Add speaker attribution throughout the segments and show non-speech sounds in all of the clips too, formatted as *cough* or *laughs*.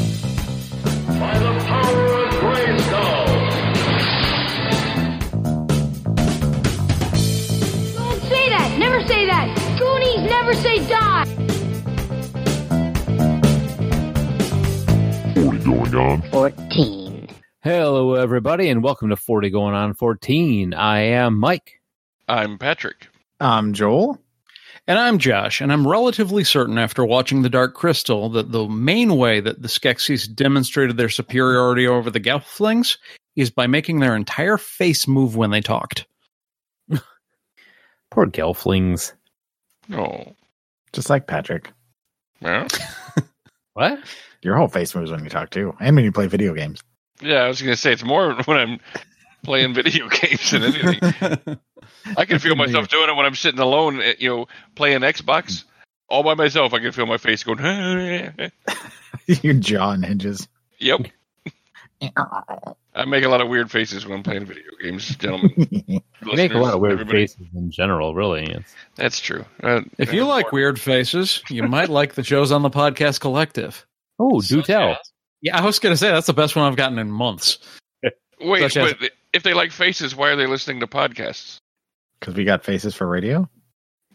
Speaker 1: By the power of Grayskull!
Speaker 2: Don't say that. Never say that. Goonies never say die.
Speaker 1: Going on.
Speaker 3: 14.
Speaker 4: Hello, everybody, and welcome to 40 Going On 14. I am Mike.
Speaker 5: I'm Patrick.
Speaker 6: I'm Um, Joel.
Speaker 7: And I'm Josh, and I'm relatively certain after watching The Dark Crystal that the main way that the Skeksis demonstrated their superiority over the Gelflings is by making their entire face move when they talked.
Speaker 4: Poor Gelflings.
Speaker 5: Oh,
Speaker 6: Just like Patrick.
Speaker 5: yeah.
Speaker 4: What?
Speaker 6: Your whole face moves when you talk too. And when you play video games. *laughs*
Speaker 5: Yeah, I was going to say it's more *laughs* when I'm playing video *laughs* games than anything. I can feel myself doing it when I'm sitting alone, eh, you know, playing Xbox all by myself. I can feel my face going. *laughs*
Speaker 6: Your jaw and *laughs* hinges.
Speaker 5: yep. I make a lot of weird faces when I'm playing video games,
Speaker 6: *laughs*
Speaker 5: gentlemen.
Speaker 4: You make a lot of weird
Speaker 5: Everybody-
Speaker 4: faces in general, really. It's,
Speaker 5: That's true. Uh,
Speaker 7: If you like weird faces, you might like the shows on the podcast collective.
Speaker 4: oh, do
Speaker 5: Such
Speaker 4: tell.
Speaker 5: as-
Speaker 7: Yeah, I was going to say that's the best one I've gotten in months.
Speaker 5: *laughs* wait,
Speaker 7: such as-
Speaker 5: but if they like faces, why are they listening to podcasts?
Speaker 6: Because we got faces for radio.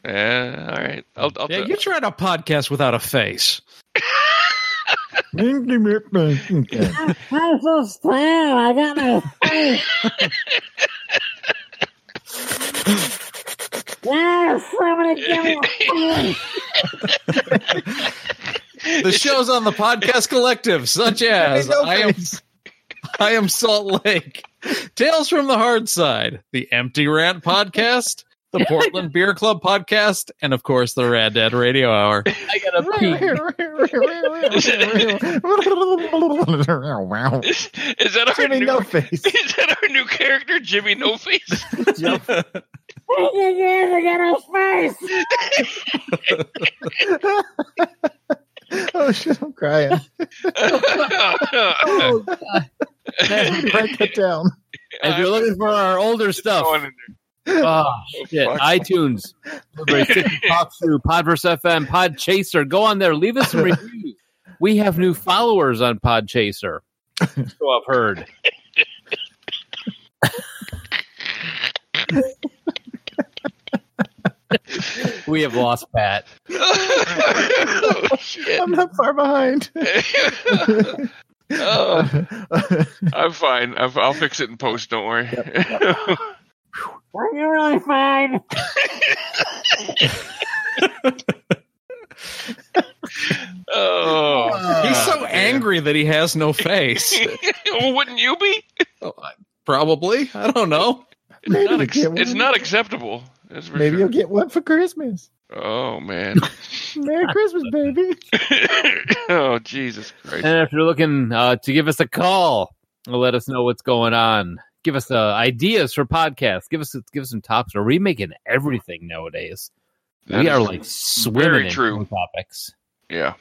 Speaker 5: Yeah, all right. I'll, I'll
Speaker 7: Yeah, you tried a podcast without a face.
Speaker 6: *laughs* That's
Speaker 3: I'm so slam. I got no face. Yes, somebody give me a face. *laughs*
Speaker 7: The shows on the podcast collective, such as I am *laughs* I am Salt Lake. Tales from the Hard Side, the Empty Rant podcast, the Portland Beer Club podcast, and of course the Rad Dad Radio Hour.
Speaker 4: I got a pee.
Speaker 5: *laughs* is, is that our
Speaker 6: Jimmy
Speaker 5: new,
Speaker 6: No Face.
Speaker 5: *laughs* is that our new character, Jimmy No Face?
Speaker 3: Take your years to get a face.
Speaker 6: Oh shit, I'm crying.
Speaker 5: *laughs* oh,
Speaker 6: Break it down.
Speaker 4: If you're looking for our older stuff, oh, shit.
Speaker 5: fuck.
Speaker 4: iTunes, Blueberry Sticky Talk Through, Podverse FM, Podchaser, go on there. Leave us some reviews. We have new followers on Podchaser. So
Speaker 6: *laughs*
Speaker 4: I've heard. We have lost Pat.
Speaker 6: Oh,
Speaker 5: shit.
Speaker 6: I'm not
Speaker 5: *laughs*
Speaker 6: far behind.
Speaker 5: oh, *laughs* I'm fine. I've, I'll fix it in post. Don't worry.
Speaker 3: Are you really fine?
Speaker 5: *laughs* oh,
Speaker 7: He's so angry that he has no face.
Speaker 5: *laughs* Well, wouldn't you be?
Speaker 7: Probably. I don't know.
Speaker 5: It's
Speaker 6: Maybe
Speaker 5: not,
Speaker 6: you
Speaker 5: ex-
Speaker 6: get one.
Speaker 5: it's not acceptable. That's for
Speaker 6: Maybe
Speaker 5: sure.
Speaker 6: you'll get one for Christmas.
Speaker 5: Oh man. *laughs*
Speaker 6: Merry Christmas, baby.
Speaker 5: oh Jesus Christ.
Speaker 4: And if you're looking uh, to give us a call, let us know what's going on. Give us uh, ideas for podcasts. Give us give us some topics. We're remaking everything nowadays.
Speaker 5: That
Speaker 4: we
Speaker 5: is
Speaker 4: are like swimming
Speaker 5: very
Speaker 4: in
Speaker 5: true.
Speaker 4: topics.
Speaker 5: Yeah.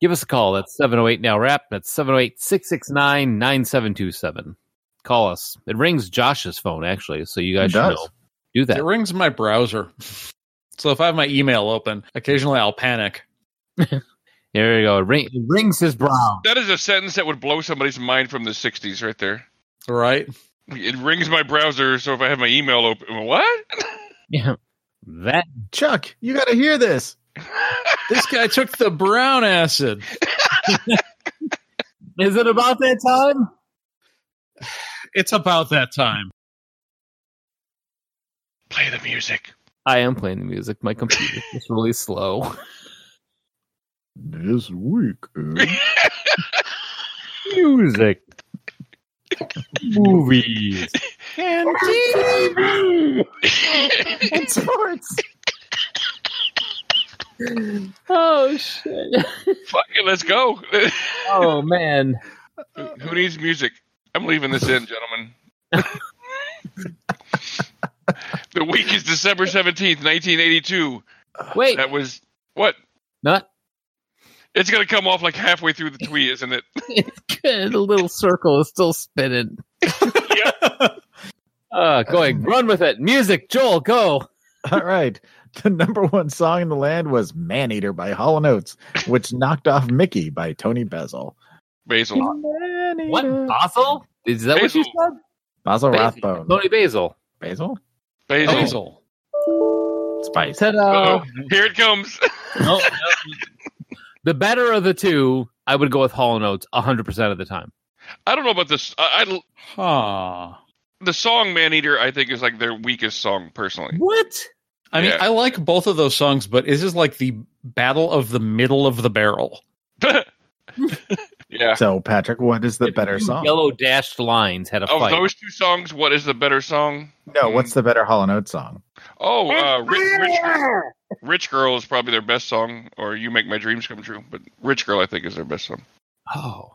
Speaker 4: Give us a call. That's 708 now rap. That's 708 669 9727. Call us. It rings Josh's phone, actually. So you guys
Speaker 6: It
Speaker 4: should
Speaker 6: does.
Speaker 4: know. Do
Speaker 7: It
Speaker 4: that.
Speaker 7: rings in my browser. So if I have my email open, occasionally I'll panic.
Speaker 4: There you go. It, ring, it rings his brow.
Speaker 5: That is a sentence that would blow somebody's mind from the '60s, right there.
Speaker 7: Right?
Speaker 5: It rings my browser, so if I have my email open, what?
Speaker 4: Yeah. That
Speaker 6: Chuck, you gotta hear this.
Speaker 7: This guy took the brown acid.
Speaker 4: is it about that time?
Speaker 7: It's about that time.
Speaker 5: Play the music.
Speaker 4: I am playing the music. My computer is really slow.
Speaker 6: This week.
Speaker 4: music. movies.
Speaker 6: And TV and sports.
Speaker 4: Oh shit!
Speaker 5: Fuck it, let's go.
Speaker 4: Oh man!
Speaker 5: Who needs music? I'm leaving this in, gentlemen. the week is December 17th, 1982.
Speaker 4: Wait,
Speaker 5: That was what?
Speaker 4: not
Speaker 5: It's going to come off like halfway through the tweet, isn't it?
Speaker 4: good. The little circle is still spinning. Uh, going run with it. Music, Joel, go.
Speaker 6: All right. The number one song in the land was Man Eater by Hollow Notes, which knocked off Mickey by Tony Basil.
Speaker 5: Basil.
Speaker 4: What
Speaker 6: Man-eater.
Speaker 4: Basil? Is that what you
Speaker 5: Basil.
Speaker 4: said?
Speaker 6: Basil
Speaker 4: Basil.
Speaker 6: Rathbone.
Speaker 4: Tony Basil.
Speaker 6: Basil?
Speaker 5: Basil.
Speaker 7: Basil.
Speaker 6: Spice.
Speaker 4: Ta-da.
Speaker 5: Uh-oh. Here it comes.
Speaker 4: Nope, nope. the better of the two, I would go with Hollow Notes 100% of the time.
Speaker 5: I don't know about this. I, I-
Speaker 7: Huh.
Speaker 5: the song Man Eater, I think, is like their weakest song, personally. *laughs*
Speaker 4: What?
Speaker 7: I mean,
Speaker 5: Yeah.
Speaker 7: I like both of those songs, but this is like the battle of the middle of the barrel.
Speaker 5: yeah.
Speaker 6: So, Patrick, what is the better song?
Speaker 4: Yellow dashed lines had a
Speaker 5: Of
Speaker 4: fight.
Speaker 5: Oh, those two songs, what is the better song?
Speaker 6: No, what's the better Hollow Notes song?
Speaker 5: Oh, uh, Rich, Rich, Rich Girl is probably their best song, or You Make My Dreams Come True. But Rich Girl, I think, is their best song.
Speaker 7: Oh.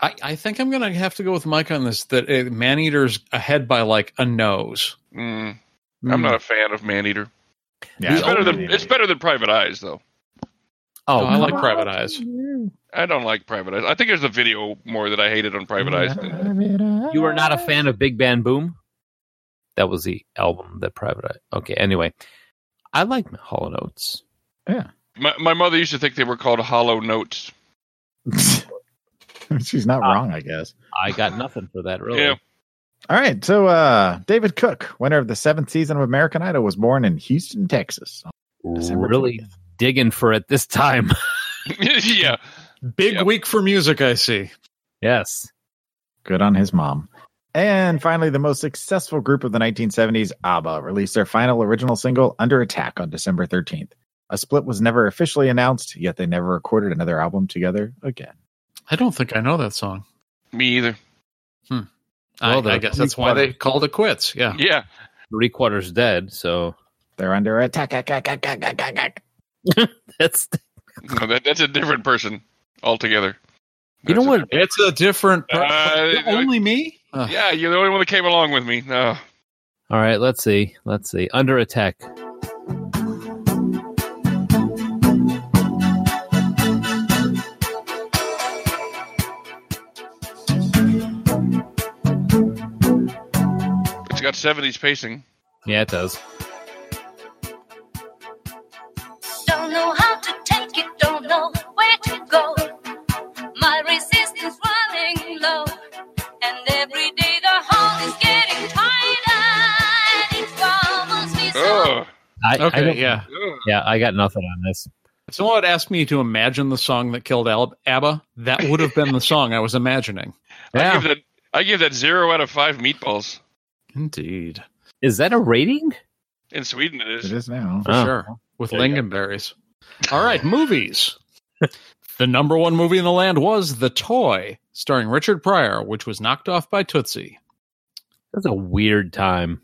Speaker 7: I, I think I'm going to have to go with Mike on this that uh, Maneater's ahead by like a nose.
Speaker 5: Mm,
Speaker 4: Hmm.
Speaker 5: I'm not a fan of Man Eater.
Speaker 6: Yeah,
Speaker 5: It's better than it's better than Private Eyes, though.
Speaker 4: oh,
Speaker 7: Oh, I like
Speaker 4: come
Speaker 7: Private Eyes.
Speaker 5: I don't like Private Eyes. I think there's a video more that I hated on Private Eyes.
Speaker 4: on. You are not a fan of Big Band Boom? That was the album that Private Eye. Okay, anyway. I like Hollow Notes.
Speaker 5: My, my mother used to think they were called Hollow Notes.
Speaker 6: *laughs* She's
Speaker 4: Ah.
Speaker 6: not wrong, I guess.
Speaker 4: I got nothing for that, really.
Speaker 5: Yeah. *laughs*
Speaker 6: All right. So, uh, David Cook, winner of the seventh season of American Idol, was born in Houston, Texas. on December
Speaker 4: Really
Speaker 6: 20th.
Speaker 4: digging for it this time. *laughs*
Speaker 5: yeah,
Speaker 7: Big
Speaker 5: Yep.
Speaker 7: week for music, I see.
Speaker 4: yes.
Speaker 6: Good on his mom. And finally, the most successful group of the 1970s, ABBA, released their final original single, Under Attack, on December 13th. A split was never officially announced, yet they never recorded another album together again.
Speaker 7: I don't think I know that song.
Speaker 5: me either.
Speaker 4: Well,
Speaker 7: I, I
Speaker 4: they're
Speaker 7: guess that's why they called it quits.
Speaker 4: Oh.
Speaker 7: Yeah.
Speaker 5: Yeah,
Speaker 4: Three quarters dead, so *laughs*
Speaker 6: They're under attack. attack, attack, attack, attack, attack.
Speaker 4: that's
Speaker 5: No, that, that's a different person altogether.
Speaker 4: you know
Speaker 5: That's a-
Speaker 4: what?
Speaker 7: It's a different. per-
Speaker 5: Uh,
Speaker 7: only me? Uh,
Speaker 5: Yeah, you're the only one that came along with me. Uh, No.
Speaker 4: All right, let's see. Let's see. Under attack.
Speaker 5: It's got 70s pacing.
Speaker 4: Yeah, it does.
Speaker 2: Don't know how to take it, don't know where to go. My resistance running low, and every day the hole is getting tighter. and It troubles me so.
Speaker 5: Ugh.
Speaker 4: I, I
Speaker 7: Okay.
Speaker 4: don't-
Speaker 7: yeah.
Speaker 5: Ugh.
Speaker 4: yeah, I got nothing on this.
Speaker 7: If someone had asked me to imagine the song that killed Al- ABBA, that would
Speaker 4: *laughs*
Speaker 7: have been the song I was imagining.
Speaker 5: I
Speaker 4: Yeah.
Speaker 5: give that I give that zero out of five meatballs.
Speaker 7: Indeed.
Speaker 4: Is that a rating?
Speaker 5: In Sweden, it
Speaker 6: It
Speaker 5: is.
Speaker 6: is now.
Speaker 7: For
Speaker 4: Oh.
Speaker 7: sure. With
Speaker 4: There you go.
Speaker 7: lingonberries. All right, *laughs* movies. the number one movie in the land was The Toy, starring Richard Pryor, which was knocked off by Tootsie.
Speaker 4: That's a weird time.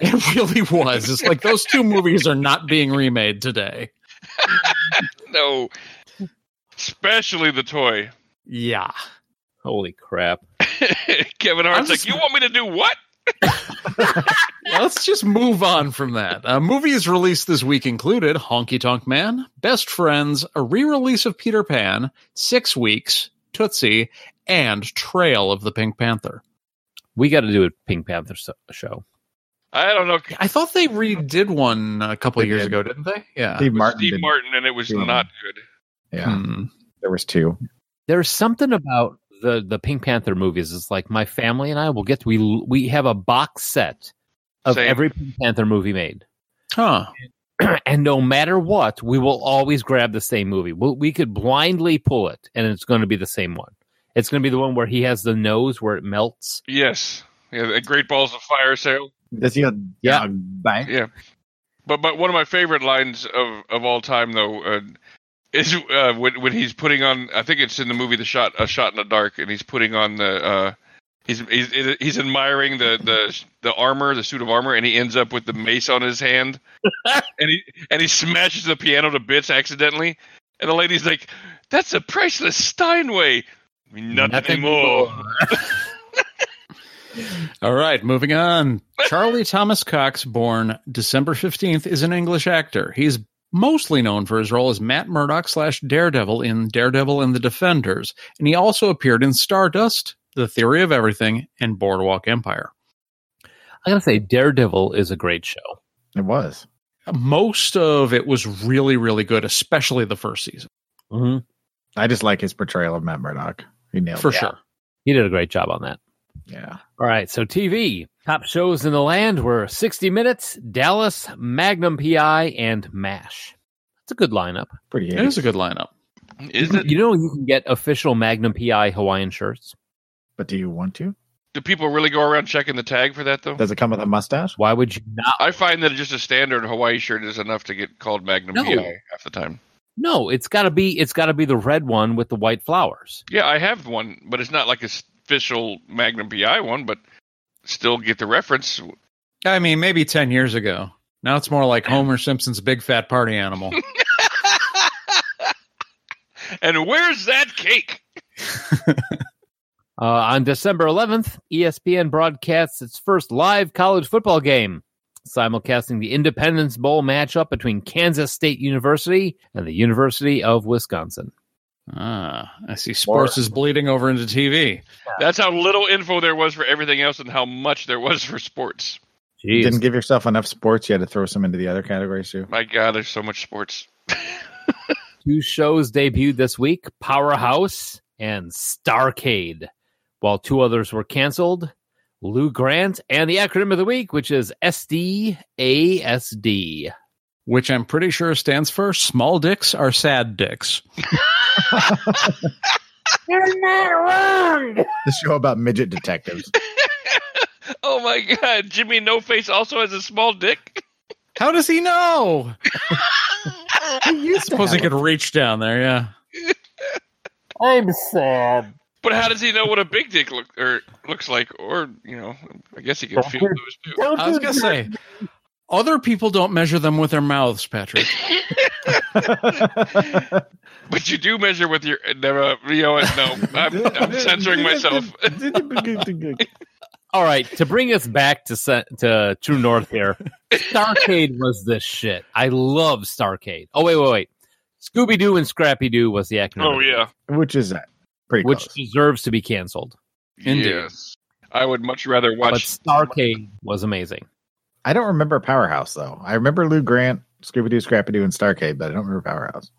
Speaker 7: It *laughs* really was. It's like those two movies are not being remade today.
Speaker 5: No, especially the toy. *laughs*
Speaker 7: Yeah.
Speaker 4: Holy crap.
Speaker 5: Kevin Hart's
Speaker 7: just-
Speaker 5: like, you want me to do what?
Speaker 7: Let's just move on from that. Uh, movies released this week included Honky Tonk Man, Best Friends, a re release of Peter Pan, Six Weeks, Tootsie, and Trail of the Pink Panther.
Speaker 4: We got to do a Pink Panther so- show.
Speaker 5: I don't know.
Speaker 7: I thought they redid one a couple
Speaker 6: They
Speaker 7: years
Speaker 6: did.
Speaker 7: ago, didn't they? Yeah.
Speaker 6: Steve Martin.
Speaker 5: Steve
Speaker 6: did-
Speaker 5: Martin, and it was
Speaker 6: Yeah.
Speaker 5: not good.
Speaker 6: Yeah,
Speaker 7: Hmm.
Speaker 6: there was two.
Speaker 4: There's something about the the Pink Panther movies. It's like my family and I will get we we have a box set of
Speaker 5: Same.
Speaker 4: every Pink Panther movie made. *clears throat*
Speaker 7: Huh.
Speaker 4: and no matter what, we will always grab the same movie. We, we could blindly pull it and it's going to be the same one. It's going to be the one where he has the nose where it melts.
Speaker 5: Yes, yeah, the Great Balls of Fire sale.
Speaker 6: Does he have
Speaker 4: Yeah.
Speaker 6: dog bite?
Speaker 5: Yeah, but but one of my favorite lines of of all time though uh, is uh, when when he's putting on. I think it's in the movie The Shot, A Shot in the Dark, and he's putting on the uh, He's he's he's admiring the the the armor, the suit of armor, and he ends up with the mace on his hand, and he and he smashes the piano to bits accidentally, and the lady's like, "That's a priceless Steinway." Not
Speaker 4: Nothing
Speaker 5: anymore.
Speaker 7: All right, moving on. Charlie Thomas Cox, born December 15th, is an English actor. He's mostly known for his role as Matt Murdock slash Daredevil in Daredevil and the Defenders, and he also appeared in Stardust, The Theory of Everything, and Boardwalk Empire.
Speaker 4: I gotta say, Daredevil is a great show.
Speaker 6: It was.
Speaker 7: Most of it was really, really good, especially the first season,
Speaker 4: Mm-hmm.
Speaker 6: I just like his portrayal of Matt Murdock. He nailed
Speaker 7: for
Speaker 6: it.
Speaker 7: sure.
Speaker 4: He did a great job on that.
Speaker 6: Yeah.
Speaker 4: All right, so TV top shows in the land were 60 Minutes, Dallas, Magnum PI, and MASH. That's a good lineup.
Speaker 6: Pretty
Speaker 7: It is
Speaker 6: eighties.
Speaker 7: a good lineup.
Speaker 5: Is it?
Speaker 4: You know, you can get official Magnum PI Hawaiian shirts.
Speaker 6: But do you want to?
Speaker 5: Do people really go around checking the tag for that though?
Speaker 6: Does it come with a mustache?
Speaker 4: Why would you not?
Speaker 5: I find that just a standard Hawaii shirt is enough to get called Magnum
Speaker 4: No.
Speaker 5: PI half the time.
Speaker 4: No, it's got to be it's got to be the red one with the white flowers.
Speaker 5: Yeah, I have one, but it's not like a s- official Magnum PI one, but still get the reference.
Speaker 7: I mean, maybe 10 years ago. Now it's more like Homer Simpson's big fat party animal.
Speaker 5: And where's that cake?
Speaker 4: Uh, on December E 11th, ESPN broadcasts its first live college football game, simulcasting the Independence Bowl matchup between Kansas State University and the University of Wisconsin.
Speaker 7: ah, I see sports is bleeding over into TV.
Speaker 5: That's how little info there was for everything else and how much there was for sports.
Speaker 4: Jeez.
Speaker 6: You didn't give yourself enough sports. You had to throw some into the other categories too.
Speaker 5: My God, there's so much sports.
Speaker 4: Two shows debuted this week Powerhouse and Starcade, while two others were canceled Lou Grant and the acronym of the week, which is SDASD.
Speaker 7: which I'm pretty sure stands for small dicks are sad dicks.
Speaker 3: You're not wrong.
Speaker 6: The show about midget detectives.
Speaker 5: oh my God, Jimmy No Face also has a small dick.
Speaker 7: How does he know?
Speaker 6: I
Speaker 7: Suppose he could reach down there, yeah.
Speaker 3: I'm sad.
Speaker 5: But how does he know what a big dick look or looks like? Or you know, I guess he can feel those too.
Speaker 3: Don't
Speaker 7: I was
Speaker 3: do
Speaker 7: gonna
Speaker 3: that.
Speaker 7: say other people don't measure them with their mouths, Patrick.
Speaker 5: But you do measure with your uh, never. You know what? No, I'm, I'm censoring myself.
Speaker 4: All right, to bring us back to se- to True North here,
Speaker 5: *laughs*
Speaker 4: Starcade was this shit. I love Starcade. Oh wait, wait, wait. Scooby Doo and Scrappy Doo was the acronym,
Speaker 5: Oh yeah.
Speaker 6: Which is uh, pretty
Speaker 4: which
Speaker 6: close.
Speaker 4: deserves to be canceled.
Speaker 7: Indeed.
Speaker 5: Yes. I would much rather
Speaker 4: But
Speaker 5: watch.
Speaker 4: Starcade was amazing.
Speaker 6: I don't remember Powerhouse though. I remember Lou Grant, Scooby Doo, Scrappy Doo, and Starcade, but I don't remember Powerhouse.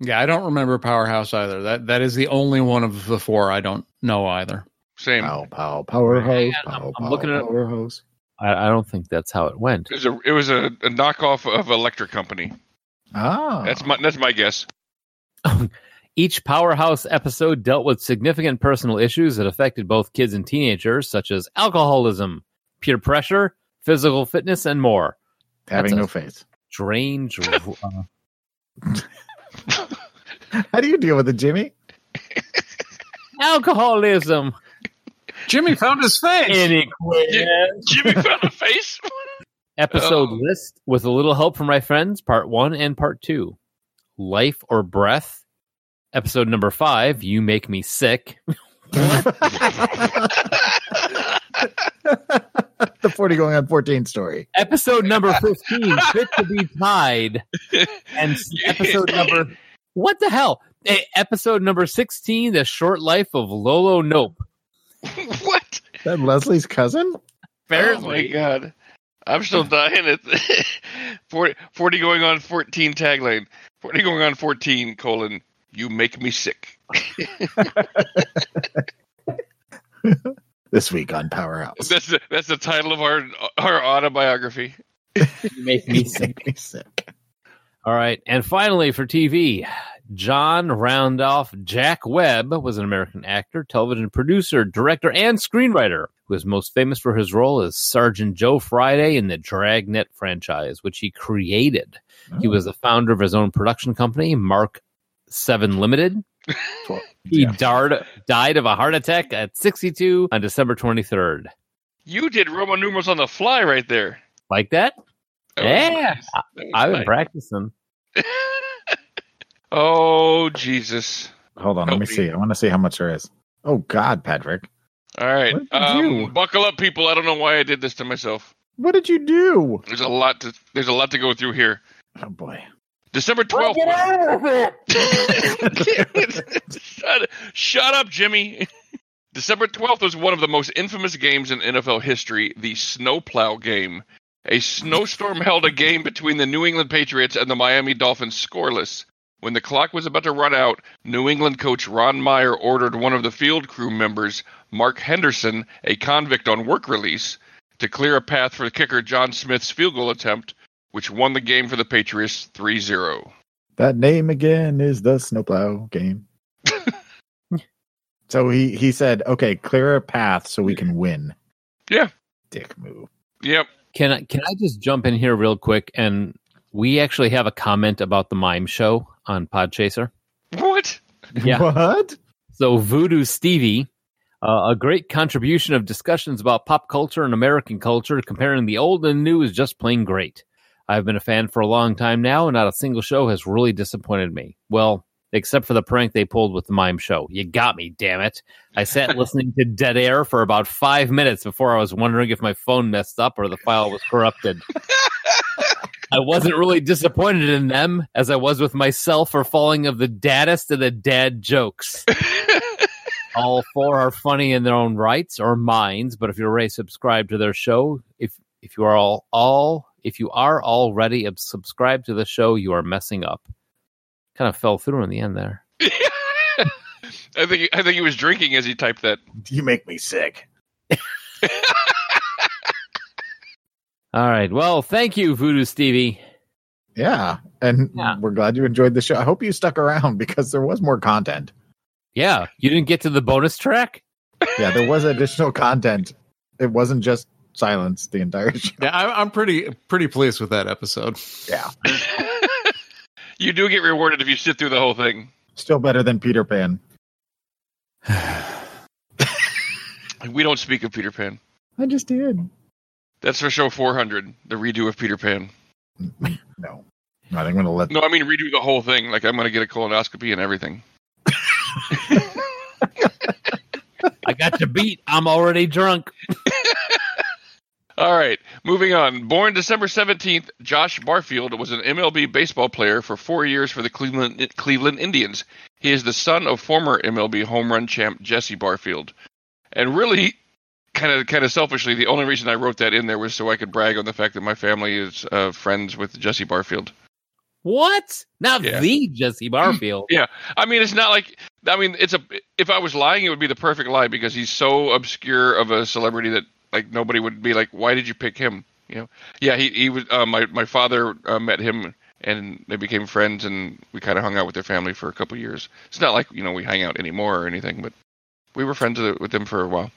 Speaker 7: Yeah, I don't remember Powerhouse either. That that is the only one of the four I don't know either.
Speaker 5: Same.
Speaker 6: Pow pow Powerhouse.
Speaker 4: Yeah, I'm-
Speaker 6: Pow,
Speaker 4: I'm
Speaker 6: pow,
Speaker 4: looking at-
Speaker 6: Powerhouse.
Speaker 4: I, I don't think that's how it went.
Speaker 5: It was a it was a, a knockoff of Electric Company.
Speaker 6: Ah,
Speaker 5: That's my that's my guess.
Speaker 4: Each powerhouse episode dealt with significant personal issues that affected both kids and teenagers, such as alcoholism, peer pressure, physical fitness, and more. that's
Speaker 6: having no
Speaker 4: a-
Speaker 6: face.
Speaker 4: Strange. uh,
Speaker 6: *laughs* How do you deal with it, Jimmy?
Speaker 4: *laughs* alcoholism.
Speaker 7: Jimmy found his face.
Speaker 5: Jimmy found a face. *laughs*
Speaker 4: episode
Speaker 5: Oh.
Speaker 4: list with a little help from my friends, part one and part two. Life or Breath, episode number five, You Make Me Sick.
Speaker 6: the forty going on fourteen story.
Speaker 4: Episode number 15, Fit to Be Tied.
Speaker 5: *laughs*
Speaker 4: And s- episode number, what the hell? Eh, episode number 16, The Short Life of Lolo Nope.
Speaker 5: what?
Speaker 6: That Leslie's cousin.
Speaker 5: Oh my god! I'm still dying at *laughs* 40, 40 going on fourteen tagline. Forty going on fourteen colon. You make me sick.
Speaker 6: This week on Powerhouse.
Speaker 5: That's the, that's the title of our our autobiography.
Speaker 4: You Make Me Sick.
Speaker 6: Make me sick.
Speaker 4: All right. And finally, for TV, John Roundoff Jack Webb was an American actor, television producer, director, and screenwriter who is most famous for his role as Sergeant Joe Friday in the Dragnet franchise, which he created. He was the founder of his own production company, Mark Seven Limited,
Speaker 6: Twelve.
Speaker 4: He
Speaker 6: Yeah.
Speaker 4: died, died of a heart attack at 62 on December 23rd.
Speaker 5: You did Roman numerals on the fly right there.
Speaker 4: Like that?
Speaker 5: That was
Speaker 4: Yeah.
Speaker 5: Oh, nice. That was
Speaker 4: I've been
Speaker 5: nice.
Speaker 4: practicing.
Speaker 5: *laughs* Oh Jesus!
Speaker 6: Hold on, let
Speaker 5: Help
Speaker 6: me
Speaker 5: me.
Speaker 6: see. I want to see how much there is. Oh God, Patrick,
Speaker 5: All right,
Speaker 6: What did you-
Speaker 5: um, buckle up, people. I don't know why I did this to myself.
Speaker 6: what did you do?
Speaker 5: There's a lot to there's a lot to go through here.
Speaker 6: Oh boy,
Speaker 5: December
Speaker 3: Well,
Speaker 5: twelfth.
Speaker 3: get out of it.
Speaker 5: shut, *laughs* shut up, Jimmy. December 12th was one of the most infamous games in NFL history, the snowplow game. A snowstorm held a game between the New England Patriots and the Miami Dolphins scoreless. When the clock was about to run out, New England coach Ron Meyer ordered one of the field crew members, Mark Henderson, a convict on work release, to clear a path for kicker John Smith's field goal attempt, which won the game for the Patriots 3 0.
Speaker 6: that name again is the snowplow game.
Speaker 5: *laughs*
Speaker 6: so he he said, "Okay, clear a path so we can win."
Speaker 5: Yeah.
Speaker 6: dick move.
Speaker 5: Yep.
Speaker 4: Can I, can I just jump in here real quick? And we actually have a comment about the mime show on Podchaser.
Speaker 5: What?
Speaker 4: Yeah.
Speaker 6: *laughs* What?
Speaker 4: So Voodoo Stevie, uh, a great contribution of discussions about pop culture and American culture, comparing the old and new is just plain great. I've been a fan for a long time now, and not a single show has really disappointed me. Well, except for the prank they pulled with the mime show. You got me, damn it. I sat listening to dead air for about five minutes before I was wondering if my phone messed up or the file was corrupted. I wasn't really disappointed in them as I was with myself for falling of the daddest of the dad jokes. All four are funny in their own rights or minds, but if you're already subscribed to their show, if if you are all all if you are already ab- subscribed to the show, you are messing up. Kind of fell through in the end there.
Speaker 5: I think I think he was drinking as he typed that.
Speaker 6: You make me sick.
Speaker 4: All right. Well, thank you, Voodoo Stevie.
Speaker 6: Yeah, and
Speaker 4: Yeah.
Speaker 6: we're glad you enjoyed the show. I hope you stuck around *laughs* because there was more content.
Speaker 4: Yeah, you didn't get to the bonus track.
Speaker 6: Yeah, there was additional content. It wasn't just silence the entire *laughs* show.
Speaker 7: Yeah, I, I'm pretty pretty pleased with that episode.
Speaker 6: Yeah,
Speaker 5: you do get rewarded if you sit through the whole thing.
Speaker 6: still better than Peter Pan.
Speaker 5: We don't speak of Peter Pan.
Speaker 6: I just did.
Speaker 5: That's for show 400, the redo of Peter Pan.
Speaker 6: No, I think I'm gonna let
Speaker 5: No, I mean redo the whole thing. Like I'm going to get a colonoscopy and everything.
Speaker 4: I got you beat. *laughs* I'm already drunk.
Speaker 5: All right, moving on. Born December 17th, Josh Barfield was an MLB baseball player for four years for the Cleveland, Cleveland Indians. He is the son of former MLB home run champ Jesse Barfield. And really, kind of kind of selfishly, the only reason I wrote that in there was so I could brag on the fact that my family is uh, friends with Jesse Barfield.
Speaker 4: What? Not
Speaker 5: Yeah.
Speaker 4: the Jesse Barfield.
Speaker 5: I mean, it's not like I mean, it's a if I was lying, it would be the perfect lie because he's so obscure of a celebrity that like nobody would be like, why did you pick him? You know? Yeah, he he was uh, my my father uh, met him and they became friends and we kind of hung out with their family for a couple years. It's not like you know we hang out anymore or anything, but we were friends with with them for a while.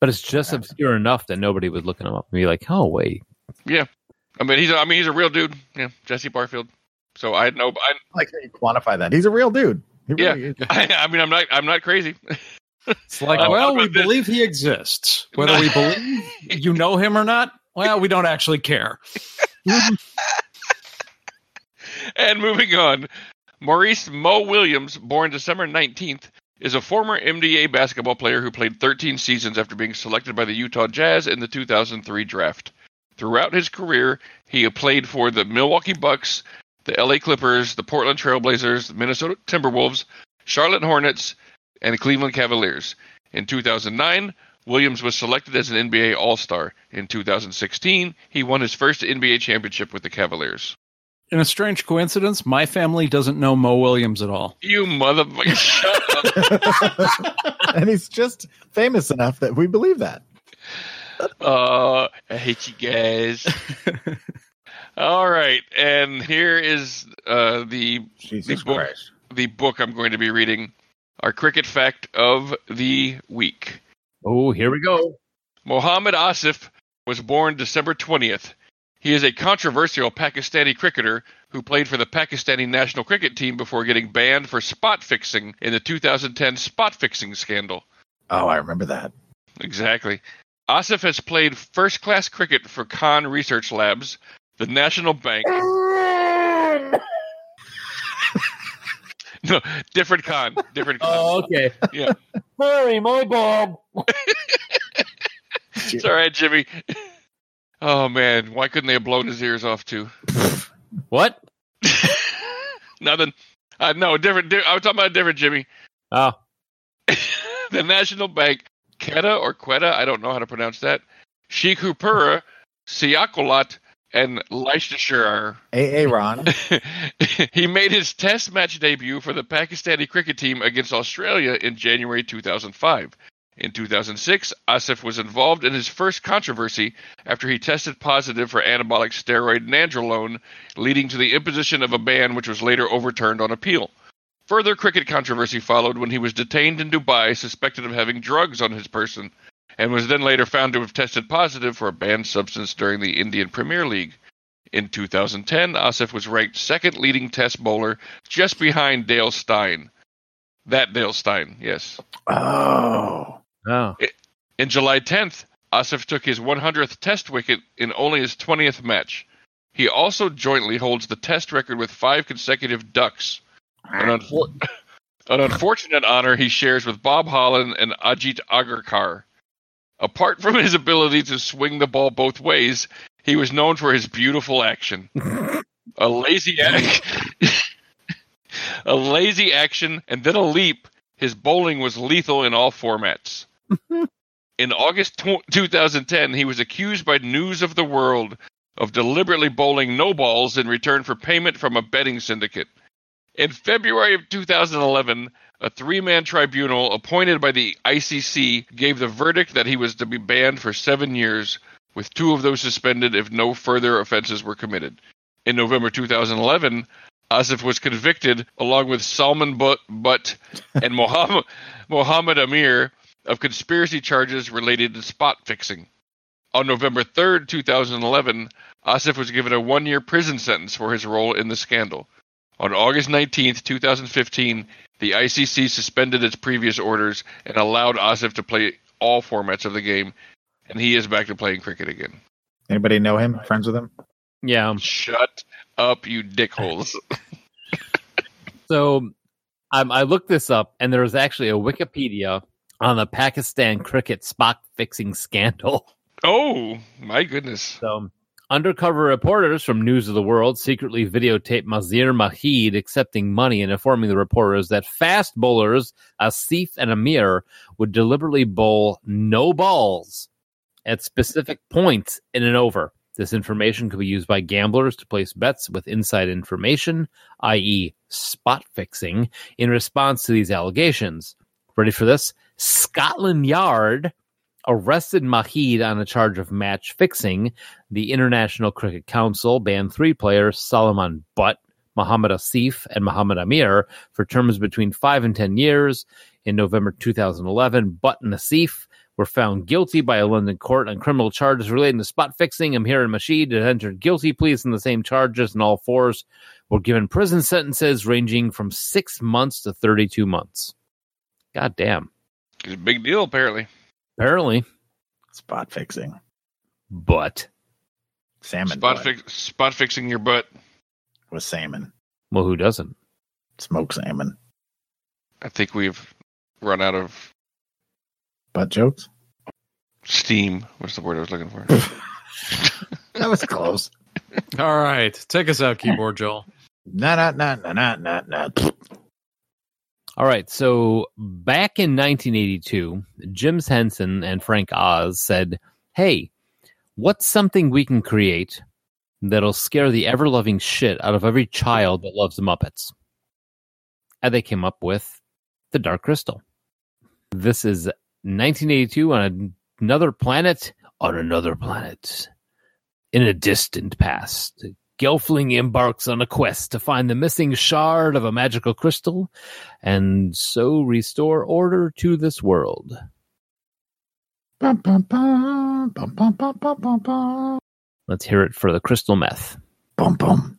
Speaker 4: But it's just obscure enough that nobody was looking him up and be like, oh, wait.
Speaker 5: I mean, he's a, I mean he's a real dude. Yeah, Jesse Barfield. So I know I,
Speaker 6: like how you quantify that. He's a real dude. He
Speaker 5: Yeah.
Speaker 6: really is.
Speaker 5: I *laughs* I mean I'm not I'm not crazy.
Speaker 7: It's like,
Speaker 5: Uh,
Speaker 4: Oh,
Speaker 7: well,
Speaker 5: what
Speaker 7: we
Speaker 5: about this?
Speaker 7: believe he exists, whether we believe you know him or not. Well, we don't actually care.
Speaker 5: *laughs* And moving on, Maurice Mo Williams, born December 19th, is a former MDA basketball player who played 13 seasons after being selected by the Utah Jazz in the 2003 draft. Throughout his career, he played for the Milwaukee Bucks, the LA Clippers, the Portland Trailblazers, the Minnesota Timberwolves, Charlotte Hornets, and the Cleveland Cavaliers. In 2009, Williams was selected as an NBA All Star. In 2016, he won his first NBA championship with the Cavaliers.
Speaker 7: In a strange coincidence, my family doesn't know Mo Williams at all.
Speaker 5: You motherfucker! *laughs* Shut up.
Speaker 6: *laughs* and he's just famous enough that we believe that.
Speaker 5: Uh, I hate you guys. All right, and here is uh, the
Speaker 6: Jesus
Speaker 5: Big boy.
Speaker 6: Christ.
Speaker 5: the book I'm going to be reading. Our cricket fact of the week.
Speaker 4: *laughs* Oh, here we go.
Speaker 5: Mohammad Asif was born December 20th. He is a controversial Pakistani cricketer who played for the Pakistani national cricket team before getting banned for spot fixing in the 2010 spot fixing scandal.
Speaker 6: Oh, I remember that.
Speaker 5: Exactly. Asif has played first class cricket for Khan Research Labs, the National Bank. *laughs* no, different Khan. Different Khan.
Speaker 4: Oh, okay.
Speaker 5: Yeah.
Speaker 4: *laughs* Hurry, my
Speaker 5: *laughs*
Speaker 4: Bob.
Speaker 5: It's all right, Jimmy. *laughs* Oh, man. Why couldn't they have blown his ears off, too?
Speaker 4: What?
Speaker 5: *laughs* Nothing. Uh, no, different. Di- I was talking about a different Jimmy.
Speaker 4: Oh,
Speaker 5: *laughs* the National Bank, Quetta or Quetta, I don't know how to pronounce that. Sheikhupura, Siakolat, and Leicestershire.
Speaker 6: AA Ron.
Speaker 5: *laughs* he made his test match debut for the Pakistani cricket team against Australia in January 2005. In 2006, Asif was involved in his first controversy after he tested positive for anabolic steroid nandrolone, leading to the imposition of a ban which was later overturned on appeal. Further cricket controversy followed when he was detained in Dubai suspected of having drugs on his person and was then later found to have tested positive for a banned substance during the Indian Premier League. In 2010, Asif was ranked second leading test bowler just behind Dale Steyn. That Dale Steyn, yes.
Speaker 6: Oh.
Speaker 4: oh.
Speaker 5: In July 10th, Asif took his 100th test wicket in only his 20th match. He also jointly holds the test record with five consecutive ducks. An, unfor- an unfortunate honor he shares with Bob Holland and Ajit Agarkar. Apart from his ability to swing the ball both ways, he was known for his beautiful action. a lazy ac- *laughs* a lazy action and then a leap. His bowling was lethal in all formats. in August tw 2010, he was accused by News of the World of deliberately bowling no balls in return for payment from a betting syndicate. In February of 2011, a three man tribunal appointed by the ICC gave the verdict that he was to be banned for seven years, with two of those suspended if no further offenses were committed. In November 2011, Asif was convicted, along with Salman Butt, Butt and Mohammed, Mohammed Amir, of conspiracy charges related to spot fixing. On November 3rd, 2011, Asif was given a one year prison sentence for his role in the scandal. On August 19th, 2015, the ICC suspended its previous orders and allowed Asif to play all formats of the game, and he is back to playing cricket again.
Speaker 6: Anybody know him? Friends with him?
Speaker 4: Yeah.
Speaker 5: Shut up, you dickholes.
Speaker 4: So um, I looked this up, and there was actually a Wikipedia on the Pakistan cricket spot fixing scandal.
Speaker 5: *laughs* Oh, my goodness.
Speaker 4: So, undercover reporters from News of the World secretly videotaped Mazir Mahid accepting money and informing the reporters that fast bowlers Asif and Amir would deliberately bowl no balls at specific points in an over. This information could be used by gamblers to place bets with inside information, i.e., spot fixing, in response to these allegations. Ready for this? Scotland Yard arrested Mahid on a charge of match fixing. The International Cricket Council banned three players, Solomon Butt, Muhammad Asif, and Muhammad Amir, for terms between five and 10 years. In November 2011, Butt and Asif were found guilty by a London court on criminal charges relating to spot fixing. Amir and Mahid had entered guilty pleas in the same charges, and all fours were given prison sentences ranging from six months to 32 months. God damn.
Speaker 5: It's a big deal, apparently.
Speaker 4: Apparently.
Speaker 6: Spot fixing.
Speaker 4: But
Speaker 6: Salmon.
Speaker 5: Spot,
Speaker 6: butt
Speaker 5: fix, spot fixing your butt.
Speaker 6: with salmon.
Speaker 4: well, who doesn't?
Speaker 6: Smoked salmon.
Speaker 5: I think we've run out of
Speaker 6: Butt jokes?
Speaker 5: steam. What's the word I was looking for?
Speaker 6: That was close. *laughs*
Speaker 7: All right. Take us out, keyboard Joel.
Speaker 6: Nah, nah, nah, nah, nah, nah, nah.
Speaker 4: All right. So back in 1982, Jim Henson and Frank Oz said, Hey, what's something we can create that'll scare the ever loving shit out of every child that loves the Muppets? And they came up with The Dark Crystal. This is 1982 on another planet, on another planet. In a distant past, Gelfling embarks on a quest to find the missing shard of a magical crystal and so restore order to this world.
Speaker 6: Bum, bum, bum, bum, bum, bum, bum, bum, bum.
Speaker 4: Let's hear it for the crystal meth.
Speaker 6: Bum, bum.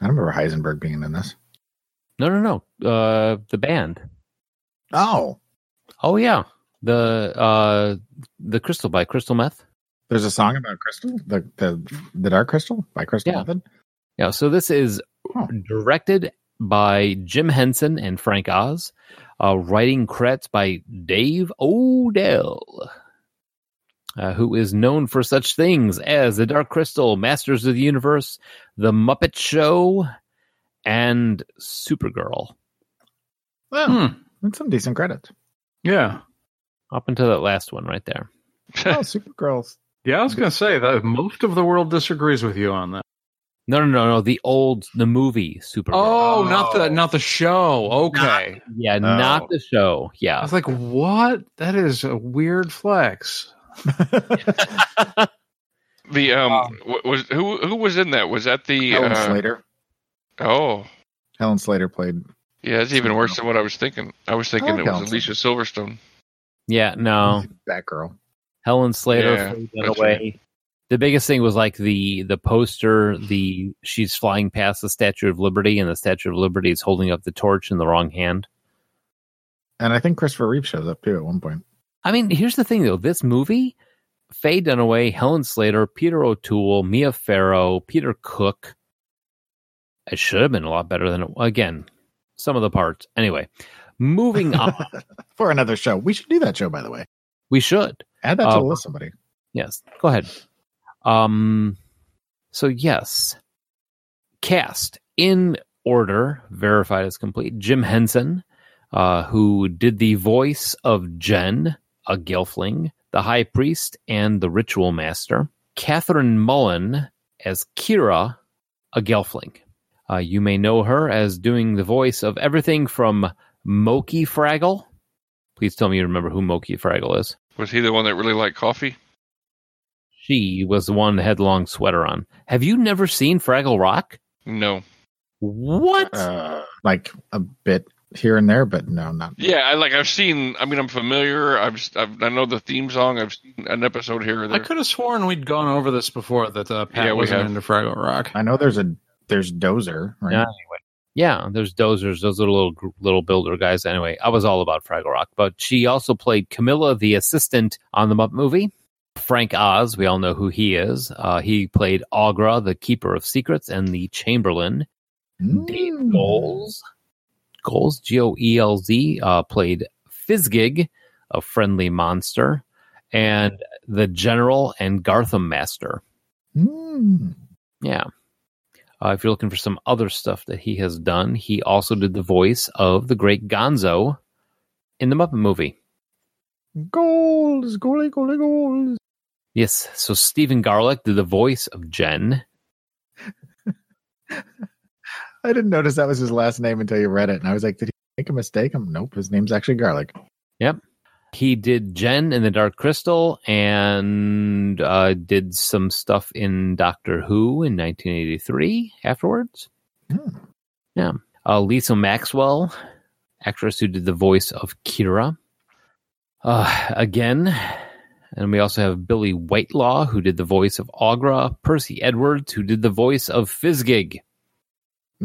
Speaker 6: I don't remember Heisenberg being in this.
Speaker 4: No, no, no. Uh, the band.
Speaker 6: Oh,
Speaker 4: Oh yeah, the uh, the Crystal by Crystal Meth.
Speaker 6: there's a song about Crystal, the the, the Dark Crystal by Crystal
Speaker 4: Yeah.
Speaker 6: Method.
Speaker 4: Yeah, so this is
Speaker 6: Huh.
Speaker 4: directed by Jim Henson and Frank Oz. Uh, writing credits by Dave Odell, uh, who is known for such things as The Dark Crystal, Masters of the Universe, The Muppet Show, and Supergirl.
Speaker 6: Oh,
Speaker 7: Hmm.
Speaker 6: that's some decent credits.
Speaker 7: Yeah.
Speaker 4: Up until that last one right there.
Speaker 5: *laughs*
Speaker 6: Oh, Supergirls.
Speaker 7: Yeah, I was going to say that most of the world disagrees with you on that.
Speaker 4: No, no, no, no. The old, the movie Supergirl.
Speaker 7: Oh, not the not the show. Okay.
Speaker 4: yeah,
Speaker 7: Oh.
Speaker 4: not the show.
Speaker 7: I
Speaker 4: Yeah,
Speaker 7: was like, "What? That is a weird flex."
Speaker 5: The um, wa- was who who was in that? Was that the
Speaker 6: Helen
Speaker 5: uh,
Speaker 6: Slater.
Speaker 5: oh
Speaker 6: Helen Slater played.
Speaker 5: yeah? It's even worse than what I was thinking. I was thinking
Speaker 6: like
Speaker 5: it was
Speaker 6: Helen
Speaker 5: Alicia Silverstone.
Speaker 4: yeah, no.
Speaker 6: Batgirl.
Speaker 4: Helen Slater
Speaker 5: Yeah,
Speaker 4: flew that
Speaker 5: that's
Speaker 4: away. The biggest thing was like the the poster. The she's flying past the Statue of Liberty, and the Statue of Liberty is holding up the torch in the wrong hand.
Speaker 6: And I think Christopher Reeve shows up too at one point.
Speaker 4: I mean, here's the thing though: this movie, Faye Dunaway, Helen Slater, Peter O'Toole, Mia Farrow, Peter Cook. It should have been a lot better than it, again. Some of the parts, anyway. Moving on,
Speaker 6: For another show. We should do that show, by the way.
Speaker 4: we should.
Speaker 6: Add that to
Speaker 4: Uh,
Speaker 6: the list, somebody.
Speaker 4: Yes. Go ahead. Um so yes. Cast in order, verified as complete. Jim Henson, uh, who did the voice of Jen, a Gelfling, the High Priest, and the Ritual Master. Catherine Mullen as Kira, a Gelfling. Uh, you may know her as doing the voice of everything from Moki Fraggle. Please tell me you remember who Moki Fraggle is.
Speaker 5: Was he the one that really liked coffee?
Speaker 4: She was the one that had the long sweater on. Have you never seen Fraggle Rock?
Speaker 5: No.
Speaker 4: What?
Speaker 6: Uh, like a bit here and there, but no, not.
Speaker 5: Yeah, I like I've seen. I mean, I'm familiar. I've, s- I've I know the theme song. I've seen an episode here or
Speaker 7: I
Speaker 5: there.
Speaker 7: could have sworn we'd gone over this before that uh, Pat
Speaker 5: Yeah, we
Speaker 7: wasn't
Speaker 5: have.
Speaker 7: into Fraggle Rock.
Speaker 6: I know there's a there's Dozer, right?
Speaker 4: Yeah. yeah, there's dozers, those little little gr- little builder guys. Anyway, I was all about Fraggle Rock, but she also played Camilla, the assistant on the Muppet movie. Frank Oz, we all know who he is. Uh, he played Agra, the keeper of secrets, and the Chamberlain. Dave
Speaker 6: Mm.
Speaker 4: Goals. Goals, G O E L Z, uh, played Fizgig, a friendly monster, and the General and Gartham Master.
Speaker 6: Mm.
Speaker 4: Yeah. Uh, if you're looking for some other stuff that he has done, he also did the voice of the great Gonzo in the Muppet movie.
Speaker 6: Goals, goalie, goalie, goals.
Speaker 4: Yes. So Stephen Garlick did the voice of Jen.
Speaker 6: I didn't notice that was his last name until you read it, and I was like, did he make a mistake? I'm nope. His name's actually Garlic. *laughs*
Speaker 4: He did Jen in The Dark Crystal and uh, did some stuff in Doctor Who in 1983 afterwards.
Speaker 6: Hmm.
Speaker 4: Yeah. Uh, Lisa Maxwell, actress who did the voice of Kira. Uh, again. And we also have Billy Whitelaw, who did the voice of Agra, Percy Edwards, who did the voice of Fizgig.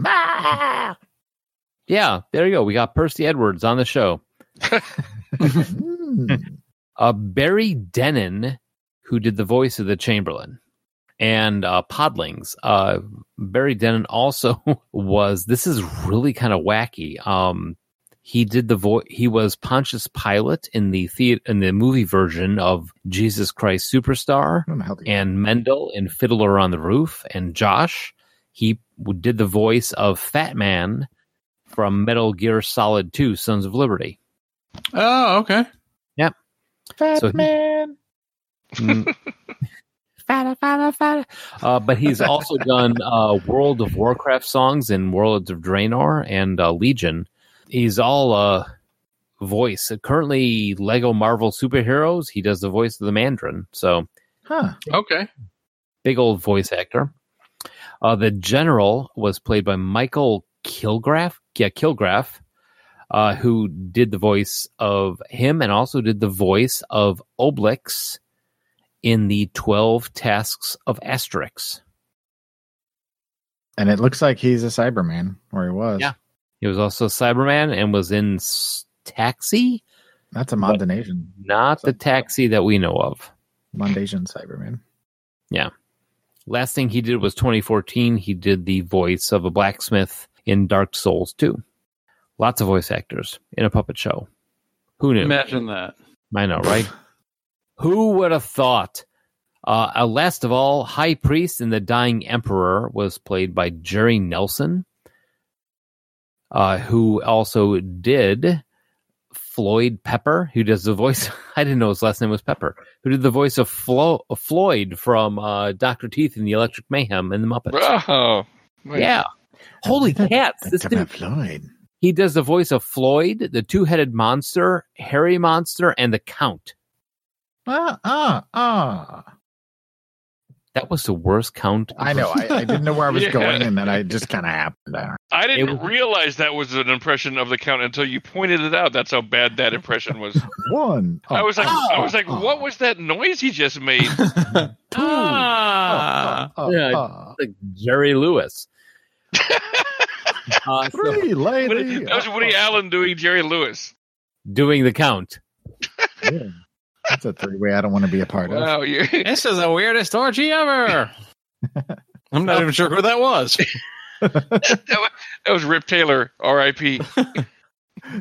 Speaker 6: Ah!
Speaker 4: Yeah, there you go. We got Percy Edwards on the show.
Speaker 6: Mm.
Speaker 4: uh, Barry Denon, who did the voice of the Chamberlain, and uh, Podlings. Uh, Barry Denon also *laughs* was. This is really kind of wacky. Um, he did the voice. He was Pontius Pilate in the theater in the movie version of Jesus Christ Superstar,
Speaker 6: I don't know how the-
Speaker 4: and Mendel in Fiddler on the Roof, and Josh. He w- did the voice of Fat Man from Metal Gear Solid 2 Sons of Liberty.
Speaker 7: Oh, okay.
Speaker 6: Fat
Speaker 4: so he-
Speaker 6: man.
Speaker 4: Mm. Fada, fada, fada. Uh, but he's also done uh, World of Warcraft songs in Worlds of Draenor and uh, Legion. He's all uh, voice. Currently, Lego Marvel Superheroes, he does the voice of the Mandarin. So,
Speaker 6: Huh.
Speaker 7: Okay.
Speaker 4: big old voice actor. Uh, the General was played by Michael Kilgraff. Yeah, Kilgraff, uh, who did the voice of him and also did the voice of Obelix in the 12 Tasks of Asterix.
Speaker 6: And it looks like he's a Cyberman, where he was.
Speaker 4: Yeah. He was also Cyberman and was in S- Taxi,
Speaker 6: That's a Mondonasian,
Speaker 4: not the taxi that we know of.
Speaker 6: Mondasian Cyberman.
Speaker 4: Last thing he did was 2014. He did the voice of a blacksmith in Dark Souls 2. Lots of voice actors in a puppet show. Who knew?
Speaker 7: Imagine *laughs* that.
Speaker 4: I know, right? *laughs* Who would have thought? Uh, uh, last of all, High Priest and the Dying Emperor was played by Jerry Nelson, uh, who also did Floyd Pepper, who does the voice. *laughs* I didn't know his last name was Pepper, who did the voice of Flo- of Floyd from uh, Dr. Teeth and the Electric Mayhem and the Muppets.
Speaker 5: Oh, wait.
Speaker 4: Yeah. *laughs* Holy cats. This dude,
Speaker 6: Floyd.
Speaker 4: he does the voice of Floyd, the two headed monster, Harry Monster, and the Count.
Speaker 6: Ah, ah, ah.
Speaker 4: That was the worst count.
Speaker 6: I know. I, I didn't know where I was
Speaker 5: *laughs* Yeah.
Speaker 6: going, and then I just kind of happened there.
Speaker 5: I
Speaker 4: It
Speaker 5: didn't
Speaker 4: was-
Speaker 5: realize that was an impression of the count until you pointed it out. That's how bad that impression was.
Speaker 6: One.
Speaker 5: I was like, I was like,
Speaker 6: oh,
Speaker 5: what was that noise he just made?
Speaker 7: Ah,
Speaker 6: oh,
Speaker 5: Ah.
Speaker 6: oh,
Speaker 4: Yeah.
Speaker 6: *laughs* oh.
Speaker 4: *laughs* Like Jerry Lewis.
Speaker 7: Oh,
Speaker 4: uh, so
Speaker 6: Pretty lady.
Speaker 5: Woody- that was
Speaker 6: Oh.
Speaker 5: Woody Allen doing Jerry Lewis.
Speaker 4: doing the count.
Speaker 6: Yeah. That's a three way I don't want to be a part of.
Speaker 5: Wow, you, *laughs*
Speaker 7: this is the weirdest orgy ever. *laughs* I'm not even sure who that *laughs* was.
Speaker 5: that was Rip Taylor, R.I.P.
Speaker 4: Anyway,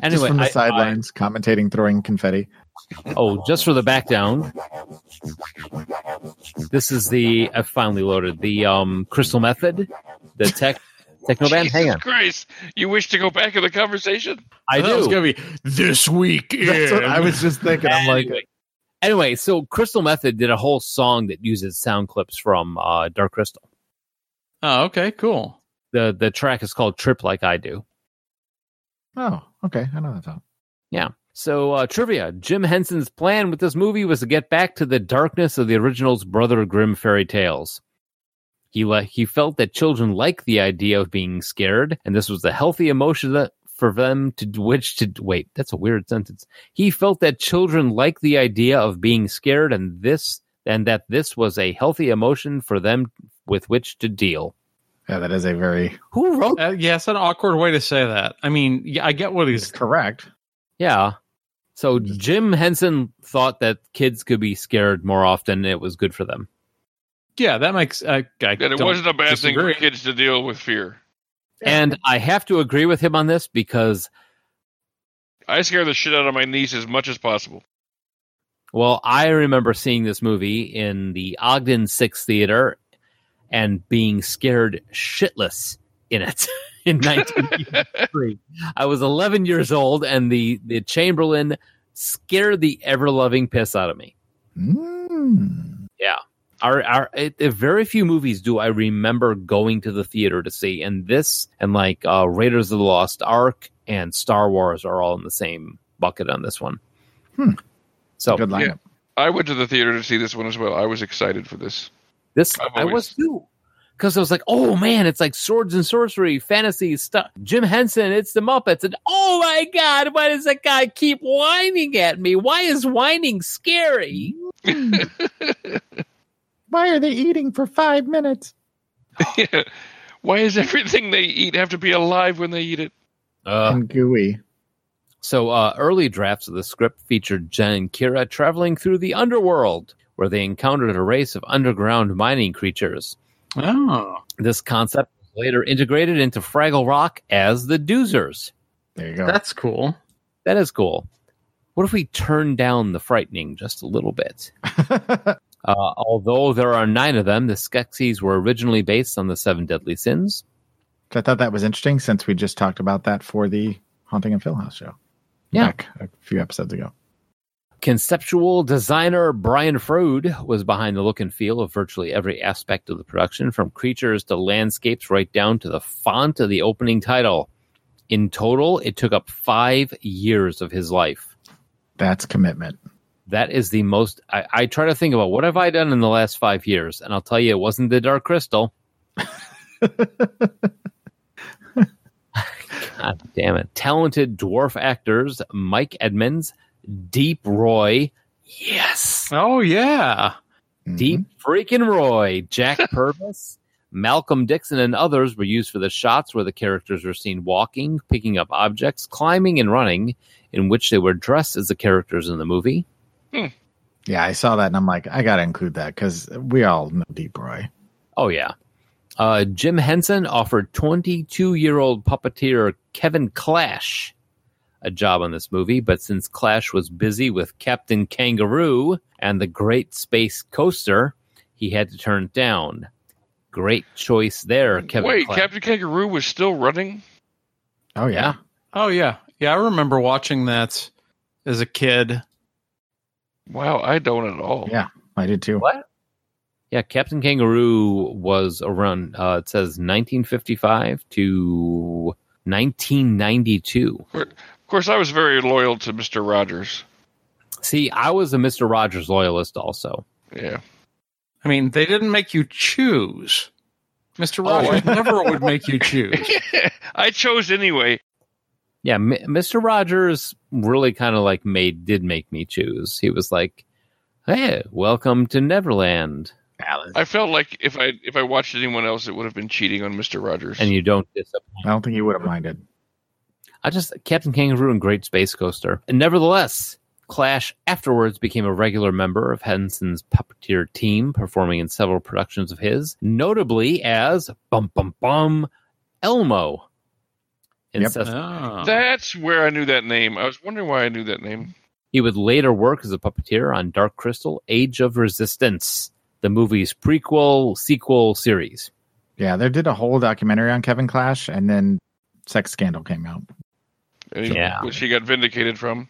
Speaker 6: just from the
Speaker 4: I-
Speaker 6: sidelines, commentating, throwing confetti.
Speaker 4: I- oh, just for the back down. This is the I finally loaded the um Crystal Method, the *laughs* tech techno band. Hang
Speaker 5: Jesus
Speaker 4: on,
Speaker 5: Christ, you wish to go back in the conversation?
Speaker 4: I
Speaker 7: thought It was
Speaker 4: do.
Speaker 7: gonna be this week.
Speaker 6: That's what I was just thinking. I'm
Speaker 5: *laughs*
Speaker 6: like,
Speaker 4: Anyway. Anyway, so Crystal Method did a whole song that uses sound clips from uh, Dark Crystal.
Speaker 7: Oh, okay, cool.
Speaker 4: The the track is called "Trip Like I Do."
Speaker 6: oh, okay. I know that song.
Speaker 4: Yeah. So uh, trivia: Jim Henson's plan with this movie was to get back to the darkness of the original's Brother Grimm fairy tales. He le- he felt that children like the idea of being scared, and this was a healthy emotion that for them to d- which to wait. That's a weird sentence. He felt that children like the idea of being scared, and this and that this was a healthy emotion for them with which to deal.
Speaker 6: Yeah, that is a very
Speaker 4: Who wrote?
Speaker 7: Uh, yeah, it's an awkward way to say that. I mean, yeah, I get what he's.
Speaker 6: correct.
Speaker 4: Yeah. So Jim Henson thought that kids could be scared more often. It was good for them.
Speaker 7: Yeah, that makes. Uh, I
Speaker 5: That it
Speaker 7: don't-
Speaker 5: wasn't a bad
Speaker 7: disagree.
Speaker 5: thing for kids to deal with fear.
Speaker 4: And I have to agree with him on this because,
Speaker 5: I scare the shit out of my niece as much as
Speaker 4: *laughs*
Speaker 5: possible.
Speaker 4: well, I remember seeing this movie in the Ogden Six Theater and being scared shitless in it *laughs* in 1983. I was 11 years old, and the, the Chamberlain scared the ever loving piss out of me.
Speaker 6: Mm.
Speaker 4: Our, our, it, it- very few movies do I remember going to the theater to see, and this and like uh, Raiders of the Lost Ark and Star Wars are all in the same bucket on this one.
Speaker 6: Hmm.
Speaker 4: So
Speaker 6: Good lineup.
Speaker 5: I went to the theater to see this one as well. I was excited for this. *laughs*
Speaker 4: This
Speaker 5: I've
Speaker 4: I
Speaker 5: always-
Speaker 4: was too. Because I was like, oh man, it's like swords and sorcery, fantasy stuff. Jim Henson, it's the Muppets. And oh my God, why does that guy keep whining at me? Why is whining scary?
Speaker 6: Why are they eating for five minutes?
Speaker 5: Why is everything they eat have to be alive when they eat it?
Speaker 4: Uh,
Speaker 6: and gooey.
Speaker 4: so, uh, early drafts of the script featured Jen and Kira traveling through the underworld, where they encountered a race of underground mining creatures.
Speaker 7: Oh,
Speaker 4: This concept was later integrated into Fraggle Rock as the Doozers.
Speaker 6: There you go.
Speaker 7: that's cool.
Speaker 4: That is cool. What if we turn down the frightening just a little bit? Uh, although there are nine of them, the Skeksis were originally based on the seven deadly sins.
Speaker 6: I thought that was interesting since we just talked about that for the Haunting and House show.
Speaker 4: Yeah.
Speaker 6: Back a few episodes ago.
Speaker 4: Conceptual designer Brian Froud was behind the look and feel of virtually every aspect of the production, from creatures to landscapes, right down to the font of the opening title. In total, it took up five years of his life.
Speaker 6: That's commitment.
Speaker 4: That is the most. I, I try to think about what have I done in the last five years, and I'll tell you, it wasn't the Dark Crystal. God damn it! Talented dwarf actors Mike Edmonds, Deep Roy, yes,
Speaker 7: Oh yeah.
Speaker 6: Mm-hmm.
Speaker 4: Deep freaking Roy, Jack Purvis, Malcolm Dixon and others were used for the shots where the characters were seen walking, picking up objects, climbing, and running, in which they were dressed as the characters in the movie.
Speaker 6: Yeah, I saw that and I'm like, I got to include that because we all know Deep Roy.
Speaker 4: Oh, yeah. Uh, Jim Henson offered 22 year old puppeteer Kevin Clash a job on this movie, but since Clash was busy with Captain Kangaroo and the Great Space Coaster, he had to turn it down. Great choice there, Kevin.
Speaker 5: Wait,
Speaker 4: Clash.
Speaker 5: Captain Kangaroo was still running?
Speaker 6: Oh, yeah.
Speaker 7: Oh yeah, yeah. I remember watching that as a kid.
Speaker 5: Wow, I don't at all.
Speaker 6: Yeah. I did too.
Speaker 4: What? Yeah, Captain Kangaroo was around. Uh, it says 1955 to 1992.
Speaker 5: Of course, I was very loyal to Mr. Rogers.
Speaker 4: See, I was a Mister Rogers loyalist, also.
Speaker 5: Yeah. *laughs*
Speaker 7: I mean, they didn't make you choose. Mr. Rogers never would make you *laughs* choose.
Speaker 5: I chose anyway.
Speaker 4: Yeah, M- Mr. Rogers really kind of like made did make me choose. He was like, "Hey, welcome to Neverland,"
Speaker 5: I felt like if I if I watched anyone else, it would have been cheating on Mr. Rogers.
Speaker 4: and you don't disappoint.
Speaker 6: I don't think you would have minded.
Speaker 4: I just Captain Kangaroo and Great Space Coaster. And nevertheless, Clash afterwards became a regular member of Henson's puppeteer team, performing in several productions of his, notably as Bum Bum Bum Elmo. In
Speaker 6: Yep.
Speaker 4: Sesame
Speaker 7: Oh.
Speaker 5: That's where I knew that name. I was wondering why I knew that name.
Speaker 4: He would later work as a puppeteer on Dark Crystal Age of Resistance, the movie's prequel sequel series.
Speaker 6: Yeah, they did a whole documentary on Kevin Clash and then Sex Scandal came out.
Speaker 5: And he-
Speaker 4: Yeah.
Speaker 5: Which he got vindicated from.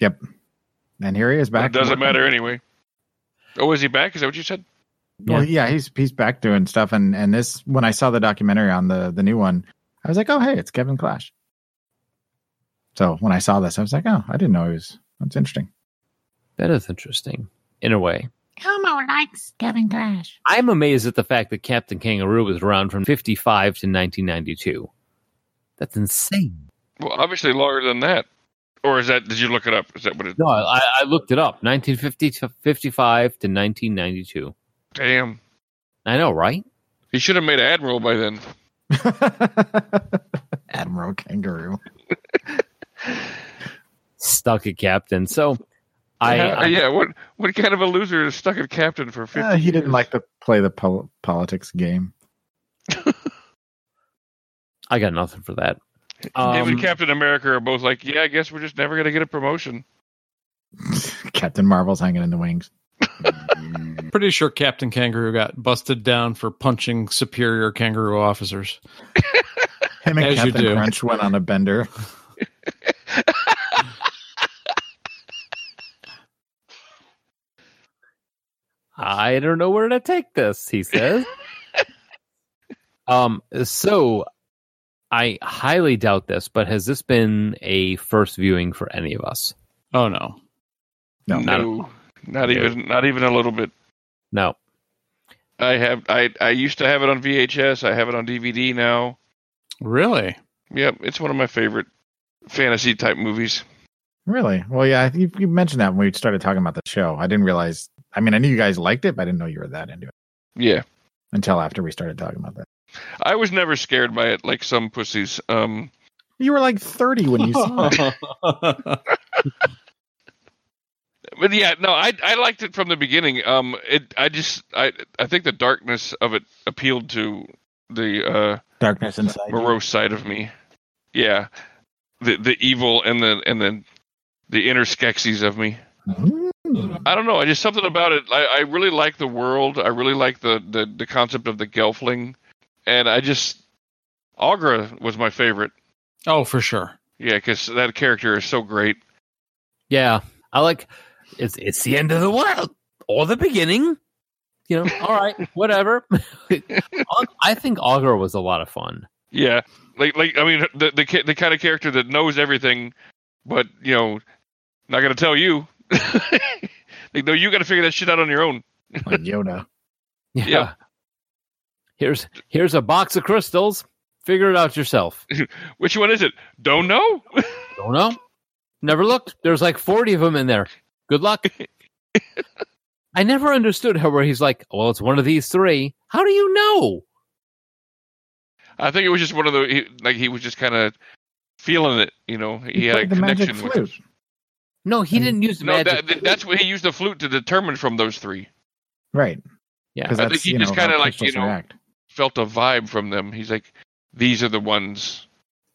Speaker 6: And here he is
Speaker 5: But
Speaker 6: back.
Speaker 5: it doesn't
Speaker 6: working.
Speaker 5: matter anyway. Oh, is he back? Is that what you said?
Speaker 6: Well, yeah, he's he's back doing stuff and and this when I saw the documentary on the the new one, I was like, "Oh, hey, it's Kevin Clash." So, when I saw this, I was like, "Oh, I didn't know he was that's interesting." *laughs*
Speaker 4: That is interesting in a way.
Speaker 3: Como likes Kevin Clash.
Speaker 4: I'm amazed at the fact that Captain Kangaroo was around from 55 to 1992. That's insane.
Speaker 5: Well, obviously longer than that. Or is that? Did you look it up? Is that what it?
Speaker 4: No, I, I looked it up. 1950 to 55 to 1992.
Speaker 5: Damn.
Speaker 4: I know, right?
Speaker 5: He should have made an admiral by then.
Speaker 6: Admiral Kangaroo. Uh,
Speaker 4: Stuck at Captain. So I,
Speaker 5: Uh,
Speaker 4: I
Speaker 5: yeah. What what kind of a loser is stuck at captain for fifty?
Speaker 6: Uh, he didn't
Speaker 5: years?
Speaker 6: like to play the pol- politics game. *laughs*
Speaker 4: I got nothing for that.
Speaker 5: Him
Speaker 4: Um,
Speaker 5: and Captain America are both like, yeah, I guess we're just never gonna get a promotion.
Speaker 6: Captain Marvel's hanging in the
Speaker 5: *laughs*
Speaker 6: wings.
Speaker 7: Pretty sure Captain Kangaroo got busted down for punching superior kangaroo officers.
Speaker 6: Him and
Speaker 7: As you
Speaker 6: Captain
Speaker 7: do.
Speaker 6: Crunch went on a bender.
Speaker 4: I don't know where to take this, he says. um, so I highly doubt this, but has this been a first viewing for any of us?
Speaker 7: Oh no.
Speaker 6: No,
Speaker 5: not, even not even a little bit.
Speaker 4: No.
Speaker 5: I have I I used to have it on VHS. I have it on DVD now.
Speaker 7: Really?
Speaker 5: Yep, it's one of my favorite fantasy type movies.
Speaker 6: Really? Well, yeah, I think you, you mentioned that when we started talking about the show. I didn't realize. I mean, I knew you guys liked it, but I didn't know you were that into it
Speaker 5: Yeah,
Speaker 6: until after we started talking about that.
Speaker 5: I was never scared by it like some pussies. Um,
Speaker 6: You were like 30 when
Speaker 5: *laughs*
Speaker 6: you saw it.
Speaker 5: but yeah, no, I I liked it from the beginning. Um, it I just I I think the darkness of it appealed to the uh
Speaker 6: Darkness Inside. You.
Speaker 5: morose side of me. Yeah, the the evil and the and the the inner Skeksis of me.
Speaker 6: Mm.
Speaker 5: I don't know. I just something about it. I, I really like the world. I really like the, the, the concept of the Gelfling, and I just Agra was my favorite.
Speaker 7: *laughs* oh, for sure.
Speaker 5: Yeah, because that character is so great.
Speaker 4: Yeah. I like it's it's the end of the world or the beginning. You know, all
Speaker 5: *laughs*
Speaker 4: right, whatever. Aug- I think Augur was a lot of fun.
Speaker 5: Yeah, like like I mean the the ki- the kind of character that knows everything, but you know, not gonna tell you. *laughs* like no, you got to figure that shit out on your own.
Speaker 6: Like Yoda.
Speaker 4: Yeah.
Speaker 5: Yeah.
Speaker 4: Here's here's a box of crystals. Figure it out yourself.
Speaker 5: Which one is it? Don't know. *laughs*
Speaker 4: Don't know. Never looked. There's like 40 of them in there. Good
Speaker 5: *laughs*
Speaker 4: luck. I never understood how where he's like, well, it's one of these three. How do you know?
Speaker 5: I think it was just one of the he, like he was just kind of feeling it. You know, he, had a
Speaker 6: played the magic
Speaker 5: connection with.
Speaker 6: flute.
Speaker 5: It.
Speaker 4: No, he didn't use the
Speaker 5: Mm. No,
Speaker 4: magic.
Speaker 5: that, that- that's what he used the flute to determine from those three.
Speaker 6: Right.
Speaker 4: Yeah.
Speaker 6: Because
Speaker 5: I
Speaker 6: that's,
Speaker 5: think he
Speaker 6: you
Speaker 5: just
Speaker 6: know, how
Speaker 5: kinda, like,
Speaker 6: crystals
Speaker 5: you know-
Speaker 6: react.
Speaker 5: Felt a vibe from them. He's like, these are the ones.